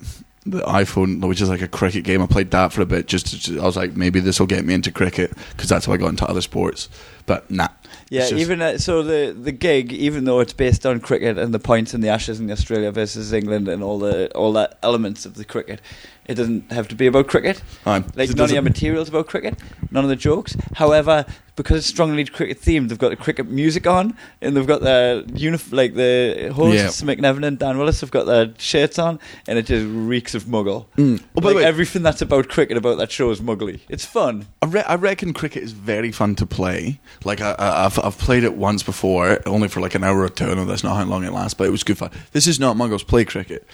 Speaker 3: the iPhone, which is like a cricket game. I played that for a bit. Just, to- I was like, maybe this will get me into cricket because that's how I got into other sports. But nah.
Speaker 2: Yeah,
Speaker 3: It's just-
Speaker 2: even uh, so, the the gig, even though it's based on cricket and the points and the Ashes and Australia versus England and all the all that elements of the cricket, it doesn't have to be about cricket.
Speaker 3: Aye.
Speaker 2: Like
Speaker 3: It
Speaker 2: none of
Speaker 3: doesn't-
Speaker 2: your materials about cricket, none of the jokes. However, because it's strongly cricket themed, they've got the cricket music on, and they've got their unif- like the hosts Mick Nevin and Dan Willis have got their shirts on, and it just reeks of muggle.
Speaker 3: Mm. Oh, by
Speaker 2: Like,
Speaker 3: the way-
Speaker 2: everything that's about cricket about that show is muggly. It's fun.
Speaker 3: I, re- I reckon cricket is very fun to play. Like I, I, I've I've played it once before, only for like an hour or two. I know that's not how long it lasts, but it was good fun. This is not Muggles play cricket.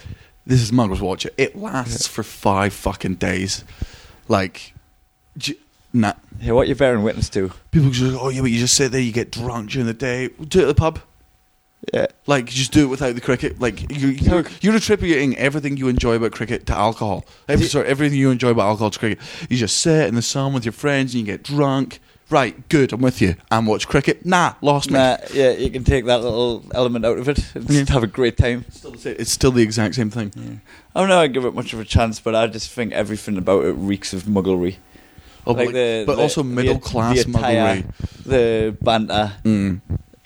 Speaker 3: This is Muggles watch it. It lasts for five fucking days. Like, j- nah.
Speaker 2: Yeah, what you're bearing witness to.
Speaker 3: People just oh yeah, but you just sit there, you get drunk during the day. Do it at the pub.
Speaker 2: Yeah.
Speaker 3: Like just do it without the cricket. Like you, you're, you're attributing everything you enjoy about cricket to alcohol. Every, sorry, everything you enjoy about alcohol to cricket. You just sit in the sun with your friends and you get drunk. Right, good, I'm with you. And watch cricket. Nah, lost me.
Speaker 2: Nah, yeah, you can take that little element out of it and just have a great time.
Speaker 3: Still the same- It's still the exact same thing.
Speaker 2: I don't know I give it much of a chance, but I just think everything about it reeks of mugglery.
Speaker 3: Oh, but, like- but also middle class
Speaker 2: attire,
Speaker 3: mugglery.
Speaker 2: The banter,
Speaker 3: Mm.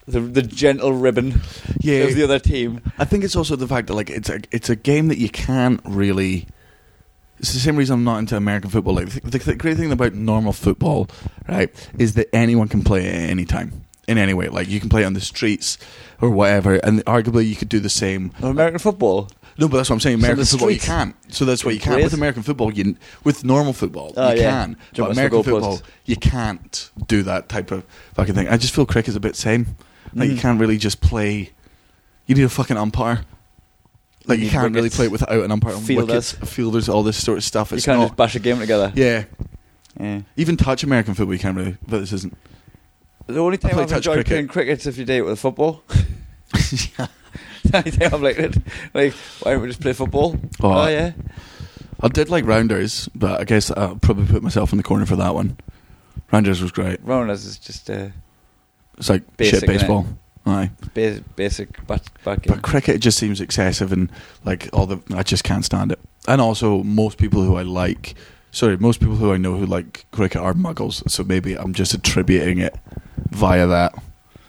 Speaker 2: the, the gentle ribbon
Speaker 3: Yeah.
Speaker 2: of the other team.
Speaker 3: I think it's also the fact that like it's a it's a game that you can't really. It's the same reason I'm not into American football. Like the, the, great thing about normal football, right, is that anyone can play it at any time, in any way. Like you can play it on the streets or whatever, and arguably you could do the same.
Speaker 2: Of American football.
Speaker 3: No, but that's what I'm saying.
Speaker 2: So
Speaker 3: American
Speaker 2: the
Speaker 3: football, you
Speaker 2: streets.
Speaker 3: can't. So that's what you can't with
Speaker 2: Great.
Speaker 3: American football. You with normal football,
Speaker 2: Oh,
Speaker 3: you
Speaker 2: yeah.
Speaker 3: can.
Speaker 2: Jump
Speaker 3: But
Speaker 2: us the
Speaker 3: American
Speaker 2: goalposts.
Speaker 3: football, you can't do that type of fucking thing. I just feel cricket's a bit same. Like you
Speaker 2: Mm.
Speaker 3: can't really just play. You need a fucking umpire. Like you
Speaker 2: need
Speaker 3: can't really
Speaker 2: wickets.
Speaker 3: play it without an umpire. on
Speaker 2: Fielders.
Speaker 3: wickets, fielders, all this sort of stuff.
Speaker 2: You
Speaker 3: It's
Speaker 2: can't
Speaker 3: not.
Speaker 2: just bash a game together.
Speaker 3: yeah,
Speaker 2: Yeah.
Speaker 3: even touch American football, you can't really. But this isn't.
Speaker 2: The only time
Speaker 3: play
Speaker 2: I've
Speaker 3: touch
Speaker 2: enjoyed
Speaker 3: cricket.
Speaker 2: playing cricket is if you date with football. I think I'm like, like, why don't we just play football?
Speaker 3: Oh,
Speaker 2: oh
Speaker 3: I-
Speaker 2: yeah.
Speaker 3: I did like rounders, but I guess I'll probably put myself in the corner for that one. Rounders was great.
Speaker 2: Rounders is just uh,
Speaker 3: It's like
Speaker 2: Basic,
Speaker 3: shit
Speaker 2: innit?
Speaker 3: baseball. Aye.
Speaker 2: Bas- basic back, back
Speaker 3: But cricket just seems excessive and like all the I just can't stand it. And also most people who I like sorry, most people who I know who like cricket are muggles, so maybe I'm just attributing it via that.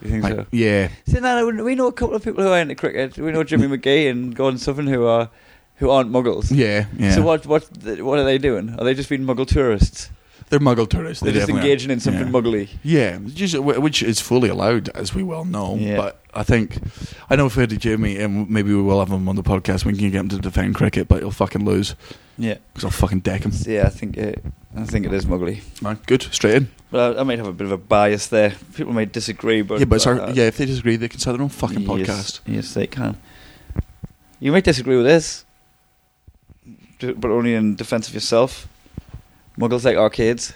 Speaker 2: You think
Speaker 3: Like,
Speaker 2: so?
Speaker 3: Yeah.
Speaker 2: See, no, no, we know a couple of people who are into cricket. We know Jimmy McGee and Gordon Southern who are who aren't muggles.
Speaker 3: Mm. Yeah. Yeah.
Speaker 2: So what what what are they doing? Are they just being muggle tourists?
Speaker 3: They're muggle tourists.
Speaker 2: They're
Speaker 3: they
Speaker 2: just
Speaker 3: definitely are.
Speaker 2: engaging in something
Speaker 3: Yeah.
Speaker 2: muggly.
Speaker 3: Yeah, just- wh- which is fully allowed, as we well know.
Speaker 2: Yeah.
Speaker 3: But I think I know if we had a Jimmy, and maybe we will have him on the podcast. We can get him to defend cricket, but he'll fucking lose
Speaker 2: Yeah.
Speaker 3: because I'll fucking deck him.
Speaker 2: So, yeah, I think it, I think it is muggly.
Speaker 3: Right, good, straight in.
Speaker 2: But I, I might have a bit of a bias there. People may disagree, but
Speaker 3: yeah, but it's our,
Speaker 2: uh,
Speaker 3: yeah, if they disagree, they can start their own fucking
Speaker 2: yes,
Speaker 3: podcast.
Speaker 2: Yes, they can. You might disagree with this, d- but only in defense of yourself. Muggles like arcades.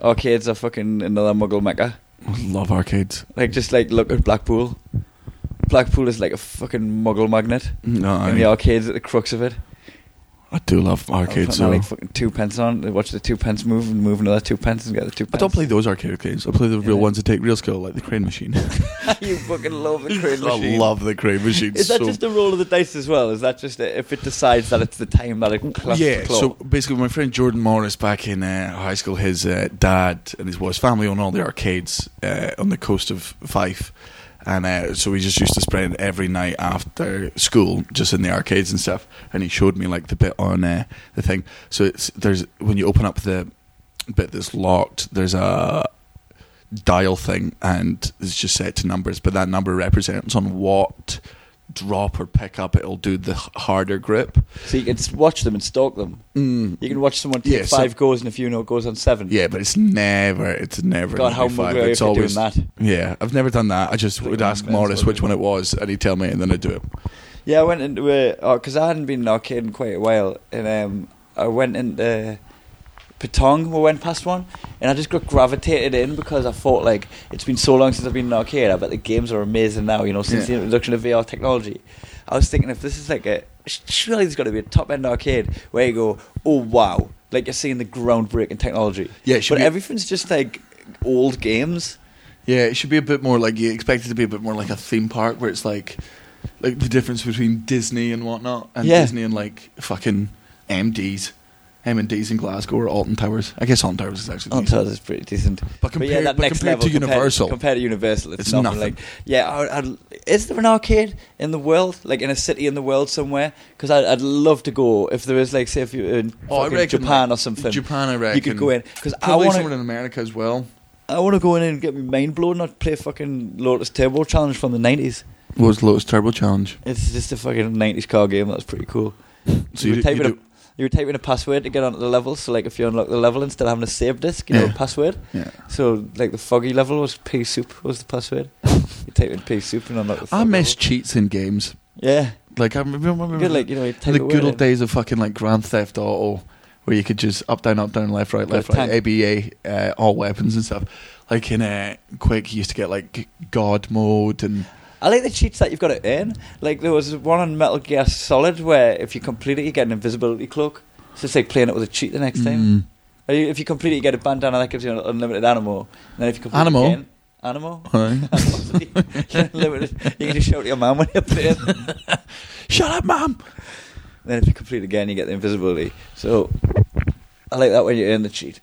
Speaker 2: Arcades are fucking another muggle mecca.
Speaker 3: I love arcades.
Speaker 2: Like just like look at Blackpool. Blackpool is like a fucking muggle magnet,
Speaker 3: No,
Speaker 2: and the
Speaker 3: I,
Speaker 2: arcades at the crux of it.
Speaker 3: I do love
Speaker 2: I'll
Speaker 3: arcades.
Speaker 2: put my,
Speaker 3: So.
Speaker 2: like fucking two pence on, watch the two pence move, and move another two pence, and get the two
Speaker 3: I
Speaker 2: pence.
Speaker 3: don't play those arcade games. I play the real
Speaker 2: Yeah.
Speaker 3: ones that take real skill, like the crane machine.
Speaker 2: you fucking love the crane
Speaker 3: I
Speaker 2: machine.
Speaker 3: love the crane machine.
Speaker 2: Is that
Speaker 3: so
Speaker 2: just the roll of the dice as well? Is that just if it decides that it's the time that it claps
Speaker 3: yeah,
Speaker 2: the clock?
Speaker 3: so basically, my friend Jordan Morris back in uh, high school, his uh, dad and his, well, his family owned all the arcades uh, on the coast of Fife. And uh, so we just used to spend every night after school just in the arcades and stuff. And he showed me like the bit on uh, the thing. So it's there's when you open up the bit that's locked, there's a dial thing and it's just set to numbers, but that number represents on what drop or pick up it'll do the h- harder grip.
Speaker 2: So you can s- watch them and stalk them.
Speaker 3: Mm.
Speaker 2: You can watch someone take
Speaker 3: Yeah, so-
Speaker 2: five goes, and if you know it goes on seven,
Speaker 3: Yeah, but it's never, it's never.
Speaker 2: God, how
Speaker 3: 95.
Speaker 2: muggly are you
Speaker 3: It's
Speaker 2: for doing
Speaker 3: always
Speaker 2: that?
Speaker 3: Yeah, I've never done that. I just
Speaker 2: Like
Speaker 3: would
Speaker 2: on
Speaker 3: ask
Speaker 2: men's
Speaker 3: Morris
Speaker 2: body.
Speaker 3: which one it was, and he'd tell me, and then I'd do it.
Speaker 2: Yeah, I went into a because I hadn't been in an arcade in quite a while, and um, I went into Patong. We went past one, and I just got gravitated in because I thought like it's been so long since I've been in an arcade. I bet the games are amazing now. You know, since
Speaker 3: Yeah.
Speaker 2: the introduction of VR technology, I was thinking if this is like a surely there's got to be a top end arcade where you go, oh wow, like you're seeing the groundbreaking technology.
Speaker 3: Yeah, it should
Speaker 2: but
Speaker 3: be-
Speaker 2: everything's just like old games.
Speaker 3: Yeah, it should be a bit more like you expect it to be a bit more like a theme park where it's like, like the difference between Disney and whatnot, and
Speaker 2: Yeah.
Speaker 3: Disney and like fucking MDs, M and D's in Glasgow or Alton Towers. I guess Alton Towers is actually.
Speaker 2: On
Speaker 3: decent.
Speaker 2: Tars is pretty decent. yeah,
Speaker 3: But compared-
Speaker 2: that
Speaker 3: but
Speaker 2: next
Speaker 3: compared
Speaker 2: level,
Speaker 3: to Universal-
Speaker 2: compared, compared to Universal, it's,
Speaker 3: it's
Speaker 2: nothing.
Speaker 3: nothing.
Speaker 2: Like, yeah, I, I'd, is there an arcade in the world, like in a city in the world somewhere? Because I'd, I'd love to go if there is, like, say, if you're in
Speaker 3: Oh, I
Speaker 2: fucking
Speaker 3: reckon
Speaker 2: Japan or
Speaker 3: like
Speaker 2: something.
Speaker 3: Japan, I reckon.
Speaker 2: You could go in because I
Speaker 3: Probably
Speaker 2: want
Speaker 3: somewhere
Speaker 2: to.
Speaker 3: in America as well.
Speaker 2: I want to go in and get my mind blown. Not play fucking Lotus Turbo Challenge from the nineties.
Speaker 3: What was Lotus Turbo Challenge?
Speaker 2: It's just a fucking nineties car game. That's pretty cool.
Speaker 3: So
Speaker 2: would
Speaker 3: you, do-
Speaker 2: type
Speaker 3: you
Speaker 2: in
Speaker 3: do-
Speaker 2: a, you would type in a password to get onto the level. So like if you unlock the level instead of having a save disk, you know,
Speaker 3: Yeah.
Speaker 2: a password.
Speaker 3: yeah.
Speaker 2: So, like the foggy level was pea soup was the password. you type in pea soup and unlock the.
Speaker 3: I
Speaker 2: foggy
Speaker 3: miss cheats in games.
Speaker 2: level. Yeah,
Speaker 3: Like I remember,
Speaker 2: good. Like you know, you
Speaker 3: In
Speaker 2: type
Speaker 3: the
Speaker 2: a
Speaker 3: good
Speaker 2: word
Speaker 3: old
Speaker 2: in.
Speaker 3: days of fucking like Grand Theft Auto, where you could just up, down, up, down, left, right,
Speaker 2: Got a
Speaker 3: left, right,
Speaker 2: tank.
Speaker 3: ABA, uh, all weapons and stuff. Like in uh, Quake, you used to get like g- God mode and
Speaker 2: I like the cheats that you've got to earn. Like there was one on Metal Gear Solid where if you complete it, you get an invisibility cloak. So it's like playing it with a cheat the next
Speaker 3: Mm.
Speaker 2: time. Or you- If you complete it, you get a bandana that gives you an unlimited animal. And then if you complete
Speaker 3: Animal?
Speaker 2: it again, animal.
Speaker 3: Mm, Aye.
Speaker 2: you get unlimited- you can just shout to your mum when you're playing.
Speaker 3: Shut up, mom.
Speaker 2: then if you complete it again, you get the invisibility. So I like that when you earn the cheat.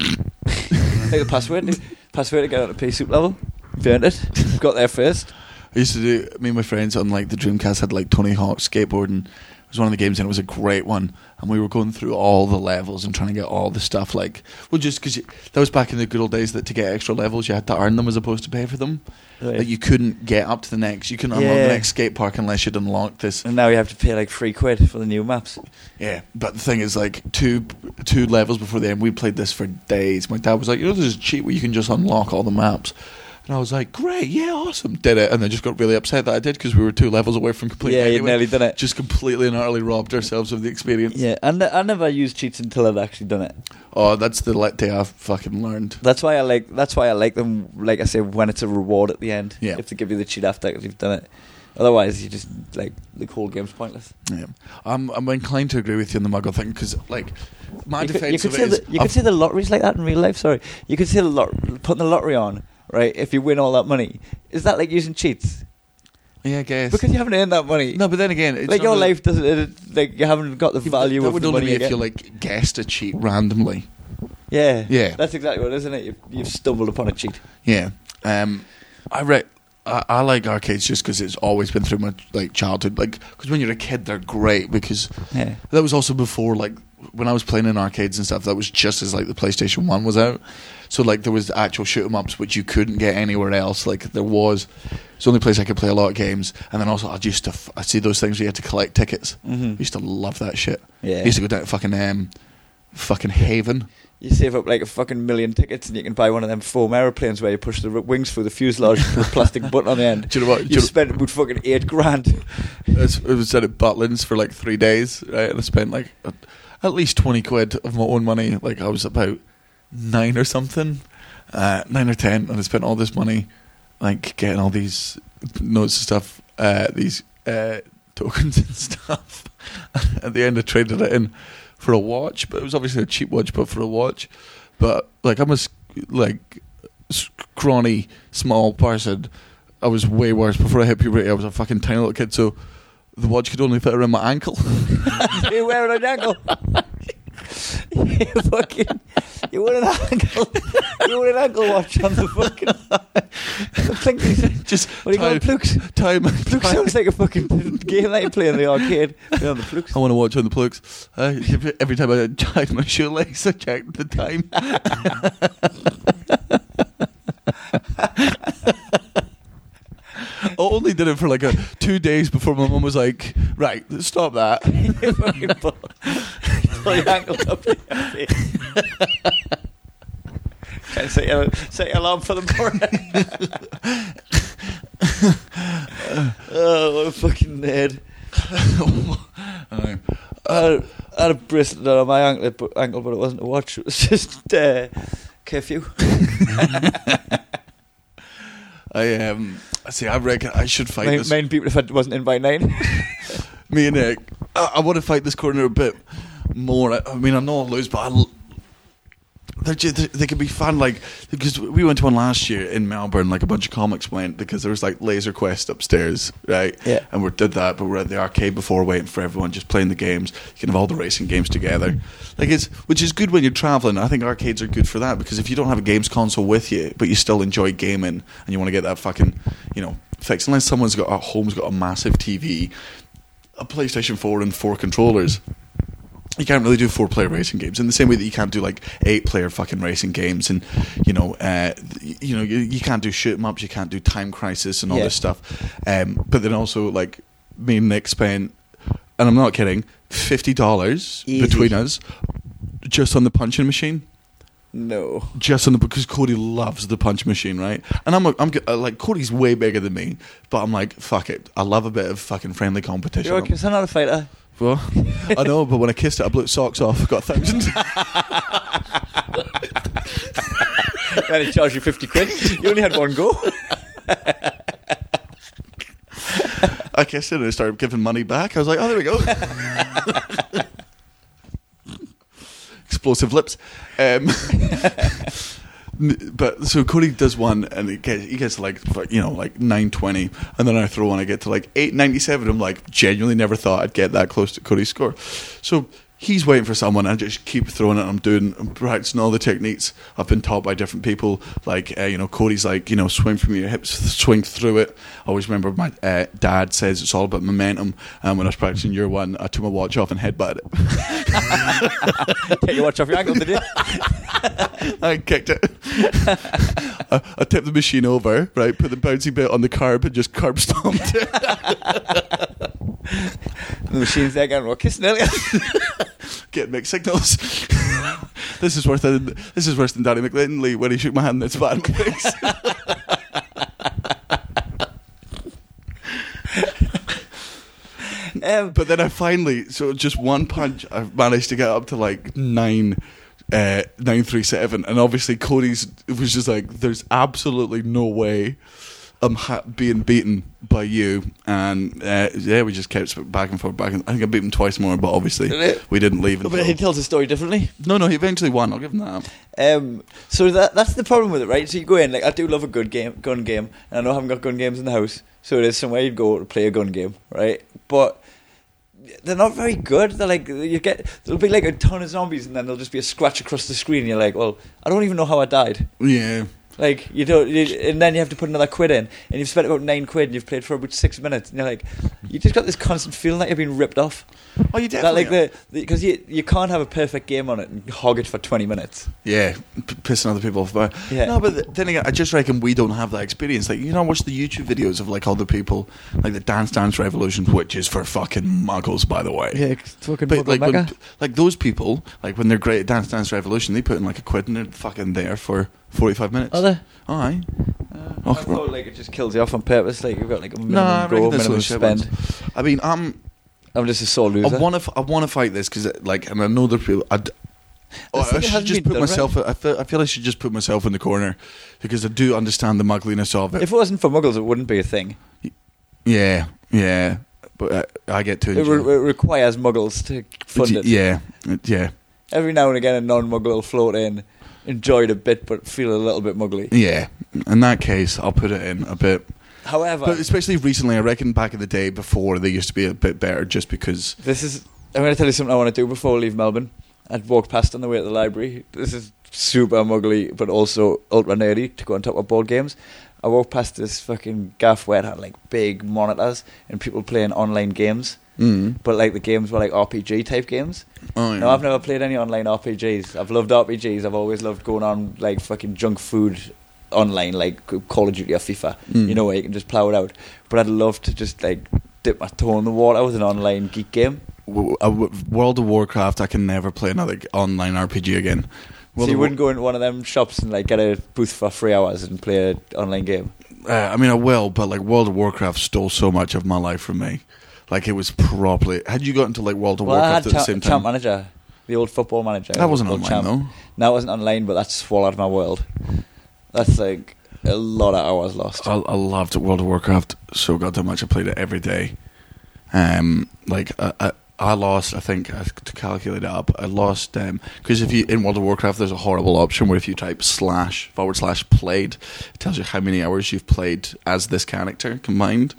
Speaker 2: like the password, password to get on the pea soup level. You've earned it. You've got there first.
Speaker 3: I used to do. Me and my friends on like the Dreamcast had like Tony Hawk skateboarding. It was one of the games and it was a great one. And we were going through all the levels and trying to get all the stuff. Like, well, just because that was back in the good old days that to get extra levels you had to earn them as opposed to pay for them.
Speaker 2: Right.
Speaker 3: Like you couldn't get up to the next. You couldn't unlock
Speaker 2: Yeah.
Speaker 3: the next skate park unless you'd unlocked this.
Speaker 2: And now you have to pay like three quid for the new maps.
Speaker 3: Yeah, but the thing is, like two two levels before the end, we played this for days. My dad was like, "You know, there's a cheat where you can just unlock all the maps," and I was like, "Great, yeah, awesome!" Did it, and then just got really upset that I did because we were two levels away from completing.
Speaker 2: yeah,
Speaker 3: it
Speaker 2: you've
Speaker 3: anyway.
Speaker 2: nearly done it.
Speaker 3: just completely and utterly robbed ourselves of the experience.
Speaker 2: Yeah, and I never used cheats until I'd actually done it.
Speaker 3: Oh, that's the let day I fucking learned.
Speaker 2: That's why I like. That's why I like them. Like I say, when it's a reward at the end,
Speaker 3: Yeah.
Speaker 2: if they give you the cheat after you've done it. Otherwise, you just like the whole game's pointless.
Speaker 3: Yeah, I'm I'm inclined to agree with you on the muggle thing because like my
Speaker 2: you could, you
Speaker 3: defense
Speaker 2: could
Speaker 3: of
Speaker 2: say
Speaker 3: it is
Speaker 2: the, you could
Speaker 3: I've-
Speaker 2: say the lotteries like that in real life. Sorry, you could say the lot putting the lottery on. Right, if you win all that money, is that like using cheats?
Speaker 3: Yeah, I guess.
Speaker 2: Because you haven't earned that money.
Speaker 3: no, but then again, it's
Speaker 2: like
Speaker 3: not
Speaker 2: your
Speaker 3: a-
Speaker 2: life doesn't it, like you haven't got the
Speaker 3: Yeah, but
Speaker 2: value
Speaker 3: That
Speaker 2: of
Speaker 3: would
Speaker 2: the
Speaker 3: only
Speaker 2: money
Speaker 3: be
Speaker 2: you
Speaker 3: if
Speaker 2: get.
Speaker 3: you like guessed a cheat randomly.
Speaker 2: yeah,
Speaker 3: Yeah.
Speaker 2: that's exactly what it is, isn't it? You've, you've stumbled upon a cheat.
Speaker 3: Yeah. Um, I re- I, I like arcades just because it's always been through my like childhood. Like because when you're a kid, they're great because
Speaker 2: Yeah.
Speaker 3: that was also before like when I was playing in arcades and stuff. That was just as like the PlayStation One was out. So like there was actual shoot 'em ups which you couldn't get anywhere else. Like there was. It's the only place I could play a lot of games, and then also I used to f- I see those things where you had to collect tickets. I used to love that shit.
Speaker 2: Mm-hmm. Yeah.
Speaker 3: I used to go down to fucking um, fucking Haven.
Speaker 2: You save up like a fucking million tickets and you can buy one of them foam aeroplanes where you push the r- wings through the fuselage with a plastic button on the end.
Speaker 3: Do you know what- do you
Speaker 2: You
Speaker 3: know-
Speaker 2: spent about fucking eight grand.
Speaker 3: I was- I was at Butlins for like three days, right? And I spent like at- at least 20 quid of my own money. Like I was about nine or something, uh, nine or 10. And I spent all this money, like getting all these notes and stuff, uh, these uh, tokens and stuff. at the end, I traded it in for a watch, but it was obviously a cheap watch, but for a watch. But like I'm a s- like scrawny, small person. I was way worse before I hit puberty. I was a fucking tiny little kid, so the watch could only fit around my ankle.
Speaker 2: you wear it on your ankle. you fucking, you wore an ankle, you wore an ankle watch on the fucking. The thing-
Speaker 3: Just
Speaker 2: what do you call it?
Speaker 3: time,
Speaker 2: Plukes.
Speaker 3: time,
Speaker 2: Plukes
Speaker 3: time.
Speaker 2: sounds like a fucking game that you play in the arcade. You know, the
Speaker 3: I
Speaker 2: Plukes.
Speaker 3: want to watch on the plugs. Uh, every- every time I tied my shoelace, I checked the time. I only did it for like a, two days before my mum was like, "Right, stop that."
Speaker 2: You fucking pull, pull your ankle up. in your face. Can't set your, set your alarm for the morning. oh, what a fucking nerd.
Speaker 3: Aye.
Speaker 2: I had, I had a bracelet on my ankle but, ankle, but it wasn't a watch. It was just uh, curfew.
Speaker 3: I um, see. I reckon I should fight
Speaker 2: Nine,
Speaker 3: this.
Speaker 2: nine people if I wasn't in by nine.
Speaker 3: Me and Nick, I, I want to fight this corner a bit more. I, I mean, I know I'll lose, but I l- they're ju- they they can be fun. Like because we went to one last year in Melbourne. Like a bunch of comics went because there was like Laser Quest upstairs, right?
Speaker 2: Yeah.
Speaker 3: And we did that, but we we're at the arcade before, waiting for everyone, just playing the games. You can have all the racing games together, like it's which is good when you're traveling. I think arcades are good for that because if you don't have a games console with you, but you still enjoy gaming and you want to get that fucking, you know, fix. Unless someone's got a home's got a massive TV, a PlayStation 4 and four controllers. You can't really do four player racing games in the same way that you can't do like eight player fucking racing games, and you know, uh, y- you know, you, you can't do shoot 'em ups, you can't do Time Crisis and all
Speaker 2: Yeah.
Speaker 3: this stuff. Um, but then also like me and Nick spent, and I'm not kidding, fifty dollars
Speaker 2: Easy.
Speaker 3: between us, just on the punching machine
Speaker 2: no.
Speaker 3: just on the because Cody loves the punch machine, right? And I'm a, I'm g- uh, like Cody's way bigger than me, but I'm like fuck it. I love a bit of fucking friendly competition.
Speaker 2: You're a, I'm not a fighter.
Speaker 3: Well, I know, but when I kissed it, I blew its socks off. Got a thousand.
Speaker 2: Then they charge you 50 quid. You only had one go.
Speaker 3: I kissed it and I started giving money back. I was like, oh, there we go. Explosive lips. Um, n- but so Cody does one and he gets, he gets like, fuck, you know, like 920. And then I throw one, I get to like 897. I'm like, genuinely never thought I'd get that close to Cody's score. So he's waiting for someone. I just keep throwing it. I'm doing, I'm practicing all the techniques I've been taught by different people. Like, uh, you know, Cody's like, you know, swing from your hips, swing through it. I always remember my uh, dad says it's all about momentum. And when I was practicing year one, I took my watch off and headbutted it.
Speaker 2: Take your watch off your ankle, did you?
Speaker 3: I kicked it. I, I tipped the machine over, right? Put the bouncy bit on the curb and just curb stomped it.
Speaker 2: The machine's there going, we're kissing earlier.
Speaker 3: Get mixed signals. this is worse than this is worse than Danny McLindley when he shook my hand and spat in my face.
Speaker 2: Um,
Speaker 3: but then I finally, so just one punch, I managed to get up to like nine. Uh, 937 and obviously Cody's it was just like there's absolutely no way I'm ha- being beaten by you, and uh, yeah, we just kept back and forth, back and I think I beat him twice more, but obviously we didn't leave.
Speaker 2: but he
Speaker 3: Until,
Speaker 2: tells the story differently.
Speaker 3: no, no, he eventually won. I'll give him that.
Speaker 2: Um, so that that's the problem with it, right? So you go in, like I do love a good game, gun game, and I know I haven't got gun games in the house, so there's somewhere you'd go to play a gun game, right? But they're not very good. They're like you get there'll be like a ton of zombies, and then there'll just be a scratch across the screen. And you're like, well, I don't even know how I died.
Speaker 3: Yeah,
Speaker 2: Like you don't, you, and then you have to put another quid in, and you've spent about nine quid, and you've played for about six minutes, and you're like, you just got this constant feeling that you're being ripped off.
Speaker 3: oh, you
Speaker 2: That
Speaker 3: definitely
Speaker 2: like the because you you can't have a perfect game on it and hog it for twenty minutes.
Speaker 3: Yeah, p- pissing other people off. But
Speaker 2: Yeah.
Speaker 3: no, but th- then again, I just reckon we don't have that experience. Like you know, I watch the YouTube videos of like other people, like the Dance Dance Revolution, which is for fucking muggles, by the way.
Speaker 2: fucking
Speaker 3: But like, when, like those people, like when they're great at Dance Dance Revolution, they put in like a quid and they're fucking there for forty-five minutes.
Speaker 2: Are they?
Speaker 3: Aye.
Speaker 2: Uh, I
Speaker 3: Oh,
Speaker 2: thought like it just kills you off on purpose. Like you've got like a minimum
Speaker 3: No, I
Speaker 2: goal,
Speaker 3: reckon there's
Speaker 2: minimum
Speaker 3: those shit ones.
Speaker 2: spend.
Speaker 3: I mean, um, I'm.
Speaker 2: I'm just a sore
Speaker 3: I
Speaker 2: loser.
Speaker 3: want to. I want to fight this because, like, and I know there are people. I, d- Oh,
Speaker 2: This
Speaker 3: I
Speaker 2: thing
Speaker 3: should
Speaker 2: hasn't
Speaker 3: just
Speaker 2: been
Speaker 3: put
Speaker 2: done
Speaker 3: myself. I feel. I feel I should just put myself in the corner because I do understand the muggliness of it.
Speaker 2: If it wasn't for Muggles, it wouldn't be a thing.
Speaker 3: yeah, yeah. But uh, I get to
Speaker 2: It,
Speaker 3: enjoy.
Speaker 2: re- it requires Muggles to fund
Speaker 3: It's-
Speaker 2: it.
Speaker 3: Yeah, it- yeah,
Speaker 2: Every now and again, a non-Muggle will float in, enjoy it a bit, but feel a little bit muggly.
Speaker 3: yeah. In that case, I'll put it in a bit.
Speaker 2: However,
Speaker 3: But especially recently, I reckon back in the day before they used to be a bit better, just because.
Speaker 2: This is. I'm going to tell you something I want to do before we leave Melbourne. I'd walk past on the way to the library. This is super muggly, but also ultra nerdy to go on top of board games. I walked past this fucking gaff where it had like big monitors and people playing online games,
Speaker 3: Mm.
Speaker 2: but like the games were like RPG type games.
Speaker 3: Oh, yeah.
Speaker 2: No, I've never played any online RPGs. I've loved RPGs. I've always loved going on like fucking junk food online, like Call of Duty or FIFA.
Speaker 3: Mm.
Speaker 2: You know where you can just plow it out. But I'd love to just like dip my toe in the water with an online geek game.
Speaker 3: W- I w- World of Warcraft, I can never play another g- online RPG again. World
Speaker 2: so you
Speaker 3: of War-
Speaker 2: wouldn't go into one of them shops and like get a booth for three hours and play an online game.
Speaker 3: Uh, I mean, I will, but like World of Warcraft stole so much of my life from me. Like it was probably. Had you gotten to like World of
Speaker 2: Well, I had
Speaker 3: Warcraft at the
Speaker 2: Cha-
Speaker 3: same
Speaker 2: Champ
Speaker 3: time?
Speaker 2: Manager, the old football manager.
Speaker 3: That wasn't
Speaker 2: Old
Speaker 3: online
Speaker 2: Champ.
Speaker 3: though.
Speaker 2: No, it wasn't online, but that swallowed my world. That's like a lot of hours lost.
Speaker 3: I, I loved World of Warcraft so goddamn much. I played it every day. Um, like I, I, I lost. I think I, to calculate it up, I lost because if you in World of Warcraft, there's a horrible option where if you type slash forward slash played, it tells you how many hours you've played as this character combined.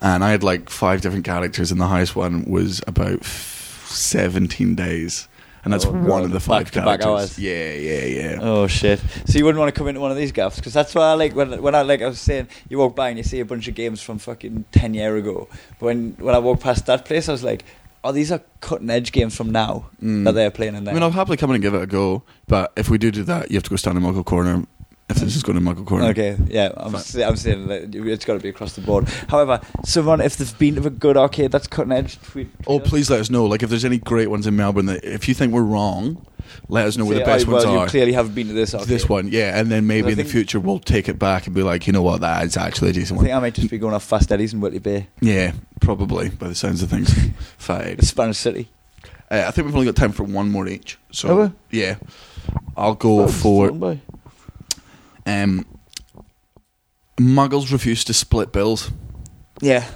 Speaker 3: And I had like five different characters, and the highest one was about f- seventeen days, and that's
Speaker 2: Oh,
Speaker 3: one
Speaker 2: God.
Speaker 3: of the five
Speaker 2: Back-to-back
Speaker 3: characters.
Speaker 2: hours.
Speaker 3: Yeah, yeah, yeah.
Speaker 2: Oh shit! So you wouldn't want to come into one of these gaffs because that's why I like when when I like I was saying you walk by and you see a bunch of games from fucking ten year ago. But when when I walked past that place, I was like, oh, these are cutting edge games from now
Speaker 3: Mm.
Speaker 2: that they're playing in there.
Speaker 3: I mean, I'll happily come in and give it a go, but if we do do that, you have to go stand in Muggle Corner. If this is going to Muggle Corner,
Speaker 2: Okay, yeah, I'm,
Speaker 3: Fine.
Speaker 2: say, I'm saying that it's got to be across the board. However, someone, if they've been to a good arcade that's cutting edge, tweet.
Speaker 3: Oh,
Speaker 2: tweet us.
Speaker 3: please let us know. Like, if there's any great ones in Melbourne, that if you think we're wrong, let us know where
Speaker 2: Say,
Speaker 3: the best
Speaker 2: "Oh,
Speaker 3: ones
Speaker 2: well,
Speaker 3: are.
Speaker 2: You clearly have been to this arcade.
Speaker 3: This one, yeah, and then maybe
Speaker 2: I
Speaker 3: in the
Speaker 2: think-
Speaker 3: future we'll take it back and be like, you know what, that is actually a
Speaker 2: I
Speaker 3: decent
Speaker 2: think
Speaker 3: one.
Speaker 2: I might just be going off Fast Eddie's in Whitley Bay,
Speaker 3: Yeah, probably by the sounds of things. Five.
Speaker 2: the Spanish City.
Speaker 3: Uh, I think we've only got time for one more each. So
Speaker 2: Have
Speaker 3: yeah, I'll go for
Speaker 2: By.
Speaker 3: um, Muggles refuse to split bills.
Speaker 2: Yeah,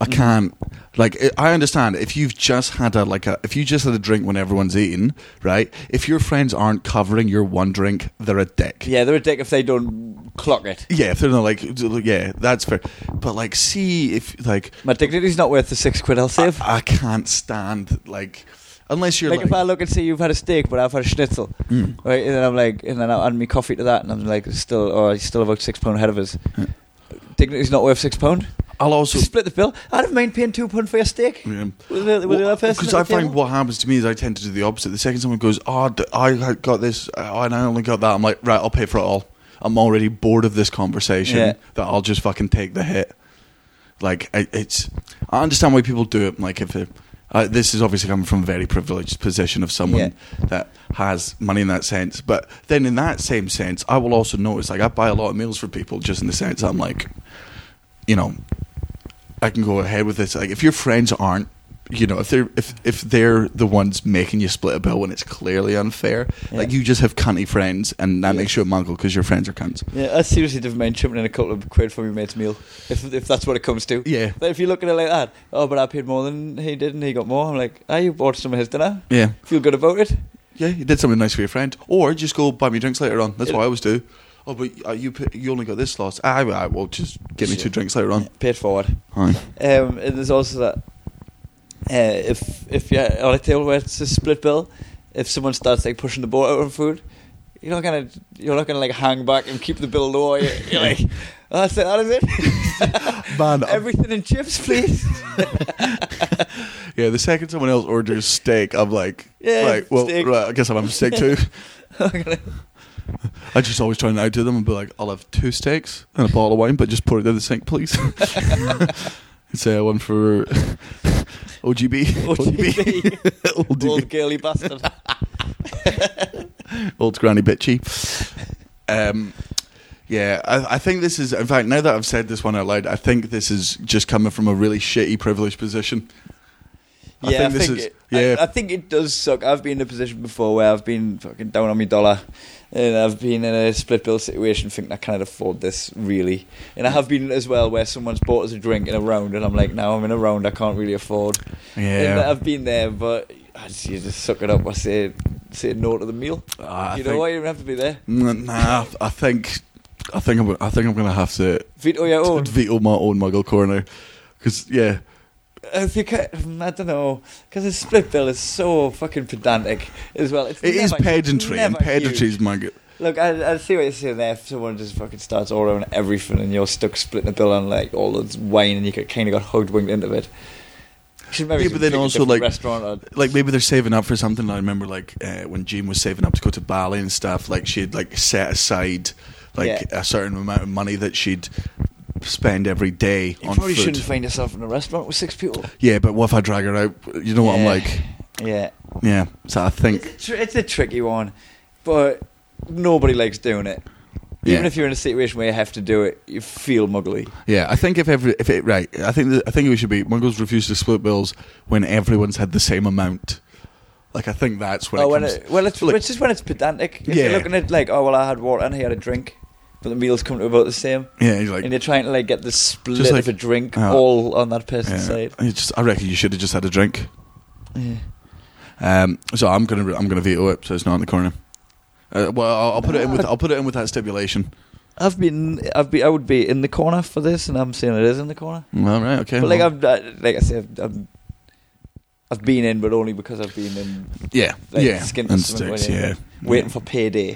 Speaker 3: I can't. Like I- I understand if you've just had a like a if you just had a drink when everyone's eating, right? If your friends aren't covering your one drink, they're a dick.
Speaker 2: yeah, they're a dick if they don't clock it.
Speaker 3: Yeah, if they're not like, yeah, that's fair. But like, see if like
Speaker 2: My dignity's not worth the six quid I'll save.
Speaker 3: I, I can't stand like unless you're
Speaker 2: like,
Speaker 3: like,
Speaker 2: if I look and see you've had a steak, but I've had a schnitzel,
Speaker 3: Mm.
Speaker 2: right? And then I'm like, and then I add me coffee to that, and I'm like, still, oh, he's still about six pound ahead of us.
Speaker 3: Yeah.
Speaker 2: Dignity's not worth six pound.
Speaker 3: I'll also
Speaker 2: Just split the bill. I'd have mind paying two pound for your steak.
Speaker 3: Yeah.
Speaker 2: With the, with the other person.
Speaker 3: Because
Speaker 2: at
Speaker 3: I
Speaker 2: the
Speaker 3: find
Speaker 2: table.
Speaker 3: what happens to me is I tend to do the opposite. The second someone goes, "Oh, d- I got this, oh, and I only got that," I'm like, "Right, I'll pay for it all." I'm already bored of this conversation.
Speaker 2: Yeah.
Speaker 3: That I'll just fucking take the hit. Like I it's, I understand why people do it. Like if it, uh, this is obviously coming from a very privileged position of someone that has money in that sense, but then in that same sense, I will also notice like I buy a lot of meals for people just in the sense I'm like, you know, I can go ahead with this. Like, if your friends aren't you know, if they're if if they're the ones making you split a bill when it's clearly unfair,
Speaker 2: Yeah.
Speaker 3: like you just have cunty friends, and that
Speaker 2: Yeah.
Speaker 3: makes you a mongrel because your friends are cunts.
Speaker 2: Yeah, I seriously don't mind chipping in a couple of quid for my mate's meal, if if that's what it comes to.
Speaker 3: Yeah.
Speaker 2: But if you look at it like that, oh, but I paid more than he did, and he got more. I'm like, ah, you bought some of his dinner.
Speaker 3: Yeah,
Speaker 2: Feel good about it.
Speaker 3: yeah, you did something nice for your friend, or just go buy me drinks later on. That's
Speaker 2: Yeah.
Speaker 3: what I always do. Oh, but uh, you put, you only got this slot. I, I will just get me
Speaker 2: Sure.
Speaker 3: two drinks later on.
Speaker 2: Paid forward.
Speaker 3: Aye.
Speaker 2: Um, and there's also that uh, if if you're on a table where it's a split bill, if someone starts like pushing the boat out on food, you're not gonna you're not gonna like hang back and keep the bill low. You're, you're like, oh, that's it, that is it.
Speaker 3: Man, I'm-
Speaker 2: everything in chips, please.
Speaker 3: Yeah, the second someone else orders steak, I'm like,
Speaker 2: Yeah,
Speaker 3: right, well,
Speaker 2: steak.
Speaker 3: right, I guess I'm having steak too.
Speaker 2: I'm gonna-
Speaker 3: I just always try and outdo them and be like, I'll have two steaks and a bottle of wine, but just pour it down the sink, please. and say I one for OGB.
Speaker 2: OGB.
Speaker 3: Old,
Speaker 2: Old girly bastard.
Speaker 3: old granny bitchy. Um, yeah, I, I think this is, in fact, now that I've said this one out loud, I think this is just coming from a really shitty privileged position. I
Speaker 2: Yeah, I
Speaker 3: think this
Speaker 2: think
Speaker 3: is-
Speaker 2: it,
Speaker 3: yeah.
Speaker 2: I, I think it does suck. I've been in a position before where I've been fucking down on my dollar, and I've been in a split bill situation thinking I can't afford this really. And I have been as well where someone's bought us a drink in a round, and I'm like, now I'm in a round, I can't really afford. And
Speaker 3: Yeah.
Speaker 2: I've been there, but I just, you just suck it up. I say say no to the meal.
Speaker 3: Ah, I
Speaker 2: you know
Speaker 3: think-
Speaker 2: what? You don't have to be there.
Speaker 3: N- Mm, Nah, I think I think I'm I think I'm gonna have to
Speaker 2: Veto your own.
Speaker 3: veto my own Muggle corner because yeah,
Speaker 2: Uh, If you ca mm, I don't know, because a split bill is so fucking pedantic as well. It's
Speaker 3: it is
Speaker 2: never-
Speaker 3: pedantry and
Speaker 2: never huge.
Speaker 3: pedantry is my. g-
Speaker 2: Look, I, I see what you're saying there. If someone just fucking starts ordering everything and you're stuck splitting a bill on like all this wine and you get, kind of got hoodwinked into it. You should maybe
Speaker 3: Yeah,
Speaker 2: just
Speaker 3: but then
Speaker 2: pick a
Speaker 3: also,
Speaker 2: different
Speaker 3: like-
Speaker 2: restaurant. Or,
Speaker 3: Like maybe they're saving up for something. I remember like uh, when Jean was saving up to go to Bali and stuff. Like she'd like set aside like
Speaker 2: Yeah.
Speaker 3: a certain amount of money that she'd spend every day
Speaker 2: you
Speaker 3: on
Speaker 2: probably
Speaker 3: food.
Speaker 2: shouldn't find yourself in a restaurant with six people.
Speaker 3: yeah, but what if I drag her out? You know what I'm
Speaker 2: Yeah.
Speaker 3: like.
Speaker 2: Yeah,
Speaker 3: Yeah, so I think
Speaker 2: it's a, tr- it's a tricky one, but nobody likes doing it. Even
Speaker 3: Yeah.
Speaker 2: if you're in a situation where you have to do it, you feel muggly.
Speaker 3: Yeah, I think if every if it right, I think that, I think it should be Muggles refuse to split bills when everyone's had the same amount. Like I think that's when
Speaker 2: oh,
Speaker 3: it
Speaker 2: when
Speaker 3: comes.
Speaker 2: it, well, it's,
Speaker 3: like-
Speaker 2: it's just when it's pedantic. If
Speaker 3: Yeah.
Speaker 2: you're looking at like, oh well, I had water and he had a drink, but the meals come to about the same.
Speaker 3: yeah, you're
Speaker 2: and
Speaker 3: like,
Speaker 2: you're trying to like get the split
Speaker 3: Just like-
Speaker 2: of a drink
Speaker 3: uh,
Speaker 2: all on that person's
Speaker 3: yeah,
Speaker 2: side.
Speaker 3: you just, I reckon you should have just had a drink.
Speaker 2: Yeah.
Speaker 3: Um, so I'm gonna I'm gonna veto it. So it's not in the corner. Uh, well, I'll, I'll put it in with I'll put it in with that stipulation.
Speaker 2: I've been, I've been, I would be in the corner for this, and I'm saying it is in the corner.
Speaker 3: All right, okay.
Speaker 2: But like
Speaker 3: well,
Speaker 2: I've, I- like I said, I'm, I've been in, but only because I've been in
Speaker 3: yeah,
Speaker 2: like,
Speaker 3: yeah,
Speaker 2: skin
Speaker 3: and
Speaker 2: something
Speaker 3: sticks,
Speaker 2: when you-
Speaker 3: yeah,
Speaker 2: waiting
Speaker 3: Yeah.
Speaker 2: for payday.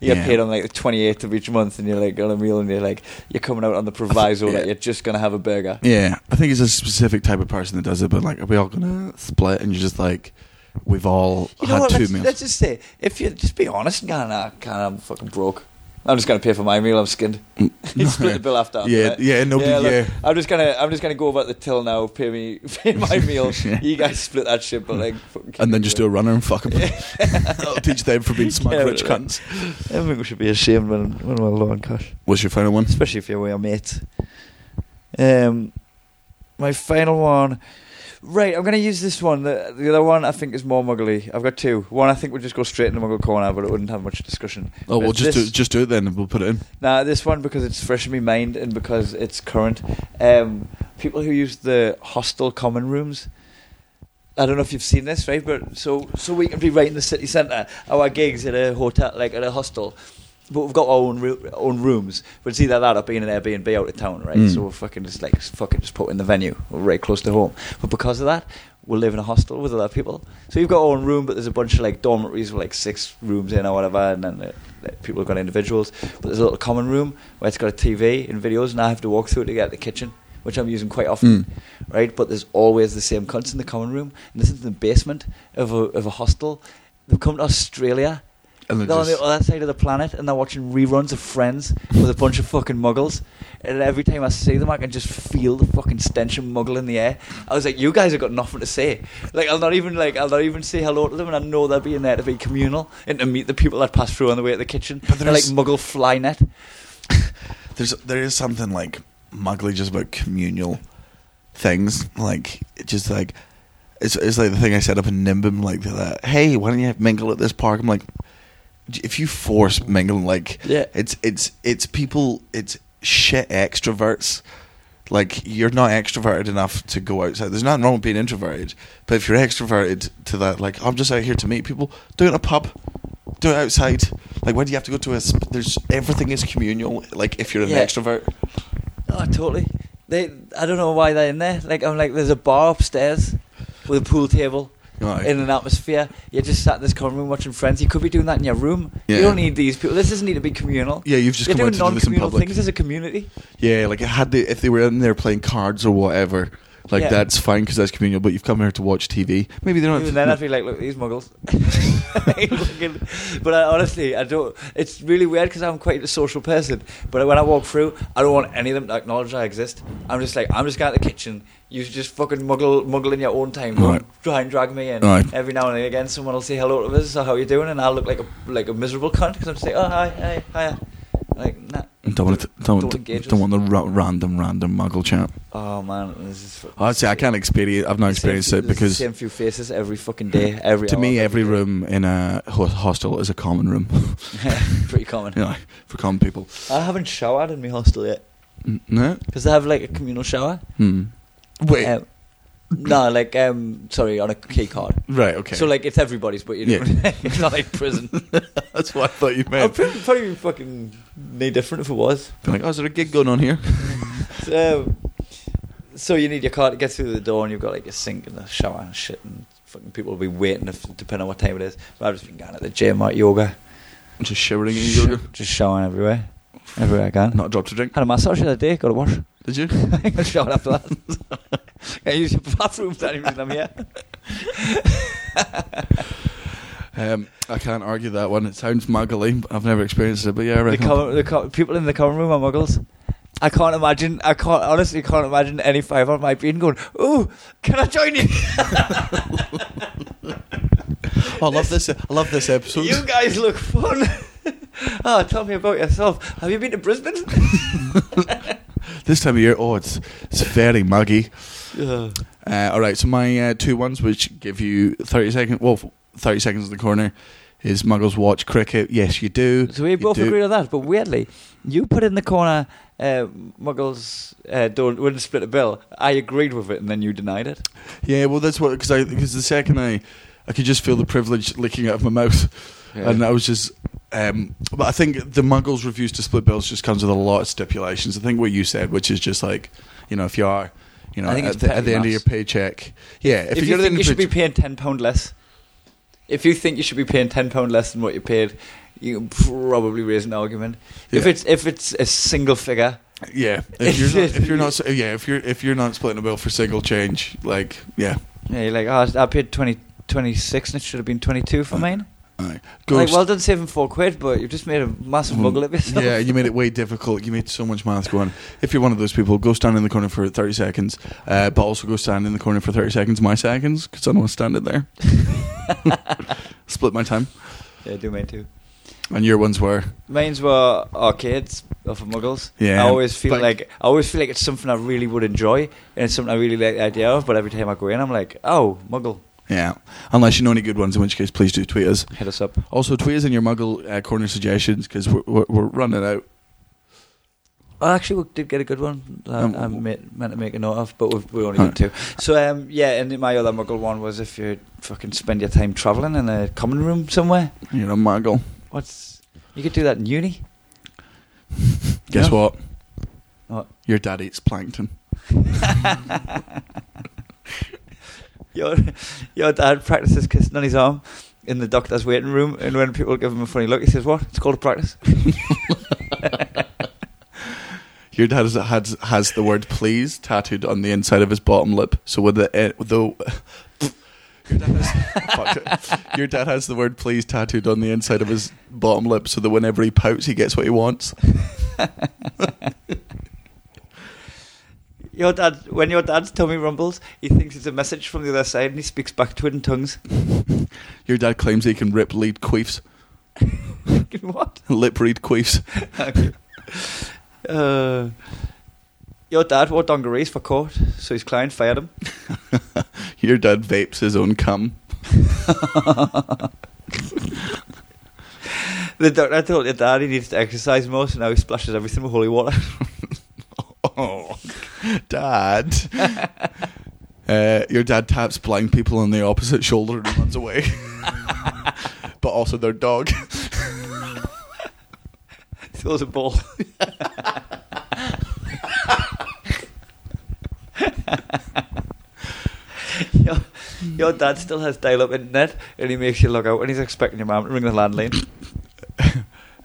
Speaker 2: You get
Speaker 3: Yeah.
Speaker 2: paid on like the 28th of each month, and you're like on a meal, and you're like you're coming out on the proviso
Speaker 3: yeah.
Speaker 2: that you're just gonna have a burger.
Speaker 3: Yeah, I think it's a specific type of person that does it. But like, are we all gonna split? And you're just like, we've all
Speaker 2: You know
Speaker 3: had
Speaker 2: what?
Speaker 3: 2
Speaker 2: Let's,
Speaker 3: meals.
Speaker 2: let's just say if you just be honest, and go, nah, can't, I'm fucking broke. I'm just gonna pay for my meal. I'm skinned. You split the bill after.
Speaker 3: Yeah,
Speaker 2: right?
Speaker 3: yeah, nobody- yeah.
Speaker 2: I'm just gonna, I'm just gonna go about the till now. Pay me, pay my meal.
Speaker 3: Yeah.
Speaker 2: You guys split that shit, but like, fucking-
Speaker 3: and then just do a runner and fuck them. That'll teach them for being smug
Speaker 2: Yeah,
Speaker 3: rich
Speaker 2: right.
Speaker 3: cunts.
Speaker 2: I don't think we should be ashamed when when we're low on cash,
Speaker 3: What's your final one?
Speaker 2: especially if you're with your mate. Um, my final one. Right, I'm gonna use this one. The, the other one I think is more muggly. I've got two. One I think would just go straight in the muggle corner, but it wouldn't have much discussion.
Speaker 3: Oh, well,
Speaker 2: It's
Speaker 3: just
Speaker 2: this-
Speaker 3: do, just do it then, and we'll put it in.
Speaker 2: Now this one because it's fresh in my mind and because it's current. Um, people who use the hostel common rooms. I don't know if you've seen this, right? But so so we can be right in the city centre. Our gigs at a hotel, like at a hostel, but we've got our own roo- own rooms. But it's either that or being an Airbnb out of town, right?
Speaker 3: Mm.
Speaker 2: So we're fucking just like fucking just put in the venue We're right close to home. But because of that, we live in a hostel with other people. So you've got our own room, but there's a bunch of like dormitories with like six rooms in or whatever, and then uh, like, people have got individuals. But there's a little common room where it's got a TV and videos, and I have to walk through it to get to the kitchen, which I'm using quite often,
Speaker 3: Mm.
Speaker 2: right? But there's always the same cunts in the common room, and this is the basement of a, of a hostel. They've come to Australia.
Speaker 3: And
Speaker 2: They're,
Speaker 3: then
Speaker 2: on
Speaker 3: just,
Speaker 2: the other side of the planet, and they're watching reruns of Friends with a bunch of fucking muggles. And every time I see them, I can just feel the fucking stench of muggle in the air. I was like, "You guys have got nothing to say. Like, I'll not even like, I'll not even say hello to them, and I know they're being there to be communal and to meet the people that pass through on the way to the kitchen.
Speaker 3: But
Speaker 2: they're like
Speaker 3: there's-
Speaker 2: muggle fly net.
Speaker 3: there's there is something like muggly just about communal things, like it just like it's it's like the thing I said up in Nimbin, like that. Hey, why don't you have mingle at this park? I'm like, if you force mingling, like
Speaker 2: Yeah.
Speaker 3: it's it's it's people, it's shit extroverts. Like you're not extroverted enough to go outside. There's nothing wrong with being introverted, but if you're extroverted to that, like I'm just out here to meet people, do it in a pub, do it outside. Like why do you have to go to a? sp- There's everything is communal. Like if you're an
Speaker 2: Yeah.
Speaker 3: extrovert,
Speaker 2: Oh, totally. They, I don't know why they're in there. Like I'm like, there's a bar upstairs with a pool table
Speaker 3: Right.
Speaker 2: in an atmosphere. You're just sat in this common room watching Friends. You could be doing that in your room.
Speaker 3: Yeah.
Speaker 2: You don't need these people. This doesn't need to be communal.
Speaker 3: Yeah, you've just
Speaker 2: You're
Speaker 3: come
Speaker 2: doing
Speaker 3: out to do this in
Speaker 2: non-communal
Speaker 3: public.
Speaker 2: things as a community.
Speaker 3: Yeah, like it had they, if they were in there playing cards or whatever, like
Speaker 2: Yeah.
Speaker 3: that's fine because that's communal. But you've come here to watch TV. Maybe they're not.
Speaker 2: Even then, I'd be like, look, these muggles. Fucking- but I, honestly, I don't. It's really weird because I'm quite a social person. But when I walk through, I don't want any of them to acknowledge I exist. I'm just like, I'm just going to the kitchen. You just fucking muggle, muggle in your own time. Don't
Speaker 3: Right.
Speaker 2: try and drag me in.
Speaker 3: Right.
Speaker 2: Every now and again, someone will say hello to us or how you doing, and I'll look like a like a miserable cunt because I'm just like, oh hi, hi, hi. Like, nah.
Speaker 3: don't want to, don't,
Speaker 2: Don't
Speaker 3: don't,
Speaker 2: engage us.
Speaker 3: want the ra- random random muggle chat.
Speaker 2: Oh man, this is. fucking
Speaker 3: I'd say I
Speaker 2: sick.
Speaker 3: can't experience. I've not
Speaker 2: Same few-
Speaker 3: experienced it
Speaker 2: there's the
Speaker 3: uh, because
Speaker 2: same few faces every fucking day, every
Speaker 3: to
Speaker 2: hour,
Speaker 3: me every
Speaker 2: day.
Speaker 3: room in a ho- hostel is a common room.
Speaker 2: pretty common.
Speaker 3: you know, for common people.
Speaker 2: I haven't showered in my hostel yet
Speaker 3: N- No.
Speaker 2: because they have like a communal shower.
Speaker 3: Hmm. Wait.
Speaker 2: Um, no, like um, sorry, on a key card.
Speaker 3: right. Okay.
Speaker 2: So like it's everybody's, but you
Speaker 3: Yeah.
Speaker 2: know, it's not like prison.
Speaker 3: that's what I thought you
Speaker 2: I'd
Speaker 3: meant.
Speaker 2: probably, probably be fucking no different if it was.
Speaker 3: Be like, oh, is there a gig going on here?
Speaker 2: So, so you need your car to get through the door, and you've got like a sink and a shower and shit, and fucking people will be waiting if, depending on what time it is. But I've just been going at the gym, at yoga,
Speaker 3: Just shivering in your yoga.
Speaker 2: just showering everywhere, everywhere I can.
Speaker 3: Not a drop to drink.
Speaker 2: Had a massage the other day, got a wash.
Speaker 3: Did you?
Speaker 2: I'm gonna shower after that. I use your bathroom for any reason I'm here.
Speaker 3: Um, I can't argue that one. It sounds muggly. I've never experienced it, but yeah, I
Speaker 2: The,
Speaker 3: reckon.
Speaker 2: com- the com- people in the common room are muggles. I can't imagine. I can't honestly can't imagine any five on my being going. Ooh, can I join you?
Speaker 3: Oh, I love this. I love this episode.
Speaker 2: you guys look fun. oh, tell me about yourself. Have you been to Brisbane?
Speaker 3: this time of year, oh, it's it's very muggy.
Speaker 2: Yeah.
Speaker 3: Uh, all right, so my uh, two ones, which give you thirty seconds. Well, thirty seconds in the corner is Muggles watch cricket. Yes, you do.
Speaker 2: So we
Speaker 3: You
Speaker 2: both
Speaker 3: do.
Speaker 2: agree on that, but weirdly, you put in the corner. Uh, muggles uh, don't wouldn't split a bill. I agreed with it, and then you denied it.
Speaker 3: Yeah, well, that's what because I because the second I I could just feel the privilege leaking out of my mouth,
Speaker 2: Yeah.
Speaker 3: and I was just. Um, but I think the Muggles refuse to split bills just comes with a lot of stipulations. I think what you said, which is just like, you know, if you are, you know,
Speaker 2: I think
Speaker 3: at
Speaker 2: it's
Speaker 3: the, at the
Speaker 2: petty
Speaker 3: end of
Speaker 2: maths.
Speaker 3: your paycheck, yeah.
Speaker 2: if, you
Speaker 3: you're at the
Speaker 2: think
Speaker 3: end
Speaker 2: you
Speaker 3: of
Speaker 2: should
Speaker 3: your
Speaker 2: be paying ten pound less, if you think you should be paying ten pound less than what you paid, you can probably raise an argument. If
Speaker 3: Yeah.
Speaker 2: it's if it's a single figure,
Speaker 3: Yeah, if you're not, if you're not yeah if you're if you're not splitting a bill for single change, like yeah,
Speaker 2: yeah, you're like, oh, I paid 20, 26 and it should have been twenty two
Speaker 3: Uh,
Speaker 2: for mine.
Speaker 3: Aye.
Speaker 2: Like,
Speaker 3: Ghost- Mm.
Speaker 2: well done saving four quid, but you've just made a massive muggle of yourself.
Speaker 3: Hmm. yeah, you made it way difficult. You made so much math going. If you're one of those people, go stand in the corner for thirty seconds, uh, but also go stand in the corner for thirty seconds. My seconds, because I don't want to stand it there. Split my time.
Speaker 2: yeah, do mine too.
Speaker 3: And your ones were
Speaker 2: Mine's were arcades of muggles.
Speaker 3: Yeah,
Speaker 2: I always feel
Speaker 3: but-
Speaker 2: like I always feel like it's something I really would enjoy and it's something I really like the idea of. But every time I go in, I'm like, oh, muggle,
Speaker 3: yeah. Unless you know any good ones, in which case please do tweet us.
Speaker 2: hit us up.
Speaker 3: Also tweet us in your Muggle uh, corner suggestions because we're, we're we're running out.
Speaker 2: I actually we did get a good one that
Speaker 3: Um,
Speaker 2: I made, meant to make a note of, but we've, we only
Speaker 3: Alright.
Speaker 2: got two. So um, yeah, and my other muggle one was if you fucking spend your time travelling in a common room somewhere.
Speaker 3: You're a Muggle.
Speaker 2: What's you could do that in uni? Yeah.
Speaker 3: Guess what?
Speaker 2: What?
Speaker 3: Your dad eats plankton.
Speaker 2: Your your dad practices kissing on his arm in the doctor's waiting room, and when people give him a funny look, he says, "What? It's called a practice."
Speaker 3: Your dad has, has has the word "please" tattooed on the inside of his bottom lip. So with the eh, with the your dad, has, fuck it. your dad has the word "please" tattooed on the inside of his bottom lip, so that whenever he pouts, he gets what he wants.
Speaker 2: Your dad, when your dad's tummy rumbles, he thinks it's a message from the other side, and he speaks back to it in tongues.
Speaker 3: Your dad claims he can rip lead queefs,
Speaker 2: what?
Speaker 3: lip read queefs.
Speaker 2: Okay. er Uh, your dad wore dungarees for court, so his client fired him.
Speaker 3: Your dad vapes his own cum.
Speaker 2: The doctor told your dad he needs to exercise more, so now he splashes everything with holy water.
Speaker 3: Oh, dad. uh, your dad taps blind people on the opposite shoulder and runs away. but also their dog.
Speaker 2: Throws a ball. your, your dad still has dial up internet and he makes you log out and he's expecting your mum to ring the landline.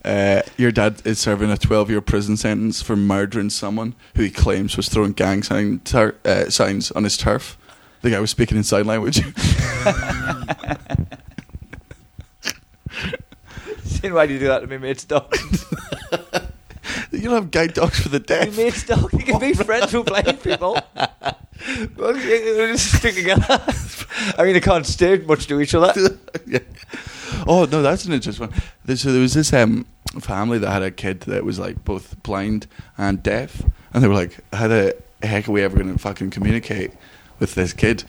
Speaker 3: Uh, your dad is serving a 12 year prison sentence for murdering someone who he claims was throwing gang sign tur uh, signs on his turf. The guy was speaking in sign language.
Speaker 2: Saying, why do you do that to me, mate's dog?
Speaker 3: you don't have guide dogs for the
Speaker 2: Your
Speaker 3: deaf.
Speaker 2: mate's dog. You can be friends with blind people. Well, you- you just stick together. I mean, they can't stare much to each other.
Speaker 3: yeah. Oh no, that's an interesting one. There- So there was this um, family that had a kid that was like both blind and deaf, and they were like, "How the heck are we ever going to fucking communicate with this kid?"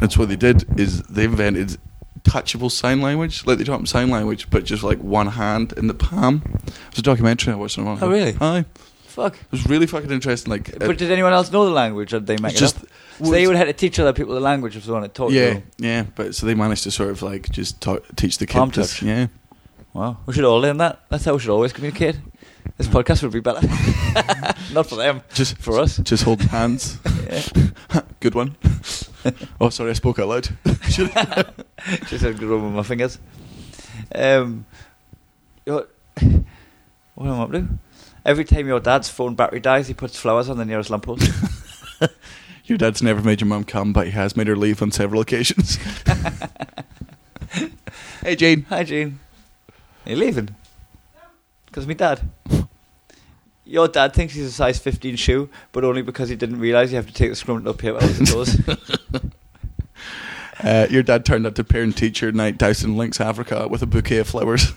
Speaker 3: And so what they did is they invented touchable sign language, like they taught him sign language, but just like one hand in the palm. It was a documentary I watched on. one.
Speaker 2: Oh, really?
Speaker 3: Aye,
Speaker 2: Fuck.
Speaker 3: it was really fucking interesting. Like, uh,
Speaker 2: But did anyone else know the language? Or did they make
Speaker 3: just-
Speaker 2: it up? So they would have to teach other people the language if they want to talk to
Speaker 3: yeah,
Speaker 2: them.
Speaker 3: yeah. But so they managed to sort of like just talk, teach the kid.
Speaker 2: Palm
Speaker 3: to-
Speaker 2: touch.
Speaker 3: Yeah.
Speaker 2: Wow. We should all learn that. That's how we should always communicate. This podcast would be better. Not for them.
Speaker 3: Just
Speaker 2: For us.
Speaker 3: Just hold hands.
Speaker 2: Yeah.
Speaker 3: Good one. oh, sorry, I spoke out loud. Should-
Speaker 2: Just had grub on my fingers. Um, you know what, what am I up to? Every time your dad's phone battery dies, he puts flowers on the nearest lamppost.
Speaker 3: Your dad's never made your mum come, but he has made her leave on several occasions. hey, Jane.
Speaker 2: Hi, Jean. Are you leaving? Because me dad. Your dad thinks he's a size 15 shoe, but only because he didn't realise you have to take the scrumped up paper out of the doors.
Speaker 3: Uh, your dad turned up to parent teacher night doused in Lynx, Africa with a bouquet of flowers.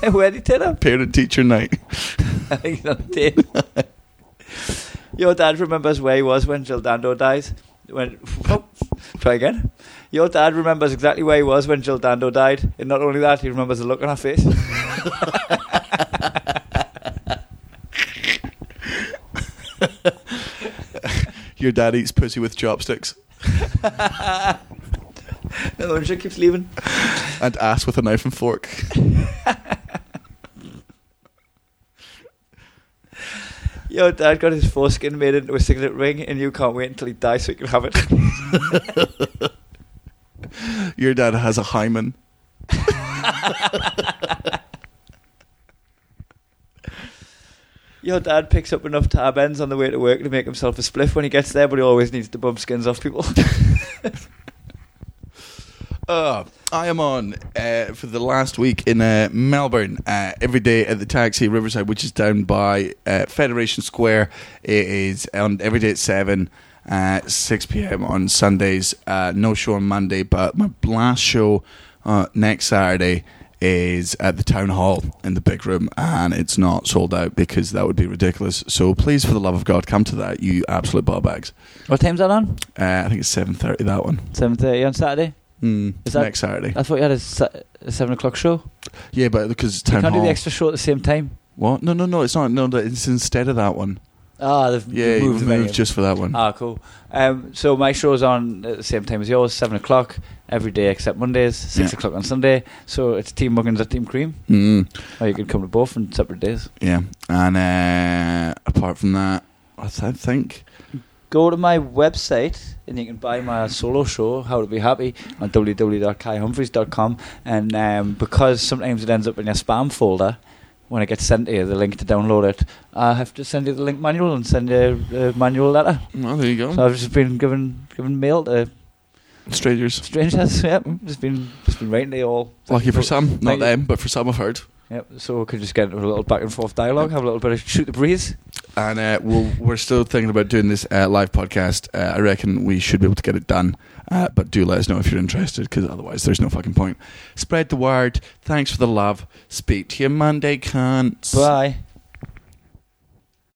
Speaker 2: Where'd he take them?
Speaker 3: parent teacher
Speaker 2: I
Speaker 3: night.
Speaker 2: think he's on a date. Your dad remembers where he was when Jill Dando dies. When oh, try again. Your dad remembers exactly where he was when Jill Dando died, and not only that, he remembers the look on her face.
Speaker 3: Your dad eats pussy with chopsticks
Speaker 2: No, and she keeps leaving.
Speaker 3: and ass with a knife and fork.
Speaker 2: Your dad got his foreskin made into a signet ring, and you can't wait until he dies so you can have it.
Speaker 3: Your dad has a hymen.
Speaker 2: Your dad picks up enough tab ends on the way to work to make himself a spliff when he gets there, but he always needs to bump skins off people.
Speaker 3: Uh, I am on uh, for the last week in uh, Melbourne uh, every day at the Taxi Riverside, which is down by uh, Federation Square. It is on every day at seven, uh, six p.m. on Sundays. Uh, no show on Monday, but my last show uh, next Saturday is at the town hall in the big room and it's not sold out because that would be ridiculous so please for the love of god come to that you absolute ball bags
Speaker 2: what time's that on?
Speaker 3: uh, i think it's 7.30 that one
Speaker 2: Seven thirty on Saturday.
Speaker 3: mm,
Speaker 2: Is that-
Speaker 3: next saturday
Speaker 2: I thought you had a, sa- a seven o'clock show.
Speaker 3: yeah but because it's
Speaker 2: You
Speaker 3: town
Speaker 2: can't
Speaker 3: hall
Speaker 2: do the extra show at the same time.
Speaker 3: What? No, no, no. It's not. No, no, it's instead of that one.
Speaker 2: Ah, they've
Speaker 3: Yeah,
Speaker 2: they've
Speaker 3: you
Speaker 2: moved,
Speaker 3: moved,
Speaker 2: the venue.
Speaker 3: just for that one.
Speaker 2: Ah, cool. Um, so my show's on at the same time as yours, seven o'clock every day except Mondays, six
Speaker 3: Yeah. o'clock
Speaker 2: o'clock on Sunday. So it's Team Muggins or Team Cream,
Speaker 3: Mm,
Speaker 2: or you can come to both on separate days.
Speaker 3: yeah. And uh, apart from that, I, th- I think
Speaker 2: Go to my website and you can buy my solo show, How to Be Happy, on www.kaihumphreys.com. And um, because sometimes it ends up in your spam folder, when it gets sent to you, the link to download it, I have to send you the link manual and send you a manual letter.
Speaker 3: well, there you go.
Speaker 2: So I've just been given given mail to
Speaker 3: Strangers.
Speaker 2: strangers. Yep, just been just been writing to you all.
Speaker 3: Lucky for some, not
Speaker 2: Thank you.
Speaker 3: them, but for some I've heard.
Speaker 2: Yep. So we could just get into a little back and forth dialogue, have a little bit of shoot the breeze.
Speaker 3: And uh, we'll, we're still thinking about doing this uh, live podcast. Uh, I reckon we should be able to get it done. Uh, but do let us know if you're interested, because otherwise there's no fucking point. Spread the word. Thanks for the love. Speak to you Monday, cunts.
Speaker 2: Bye.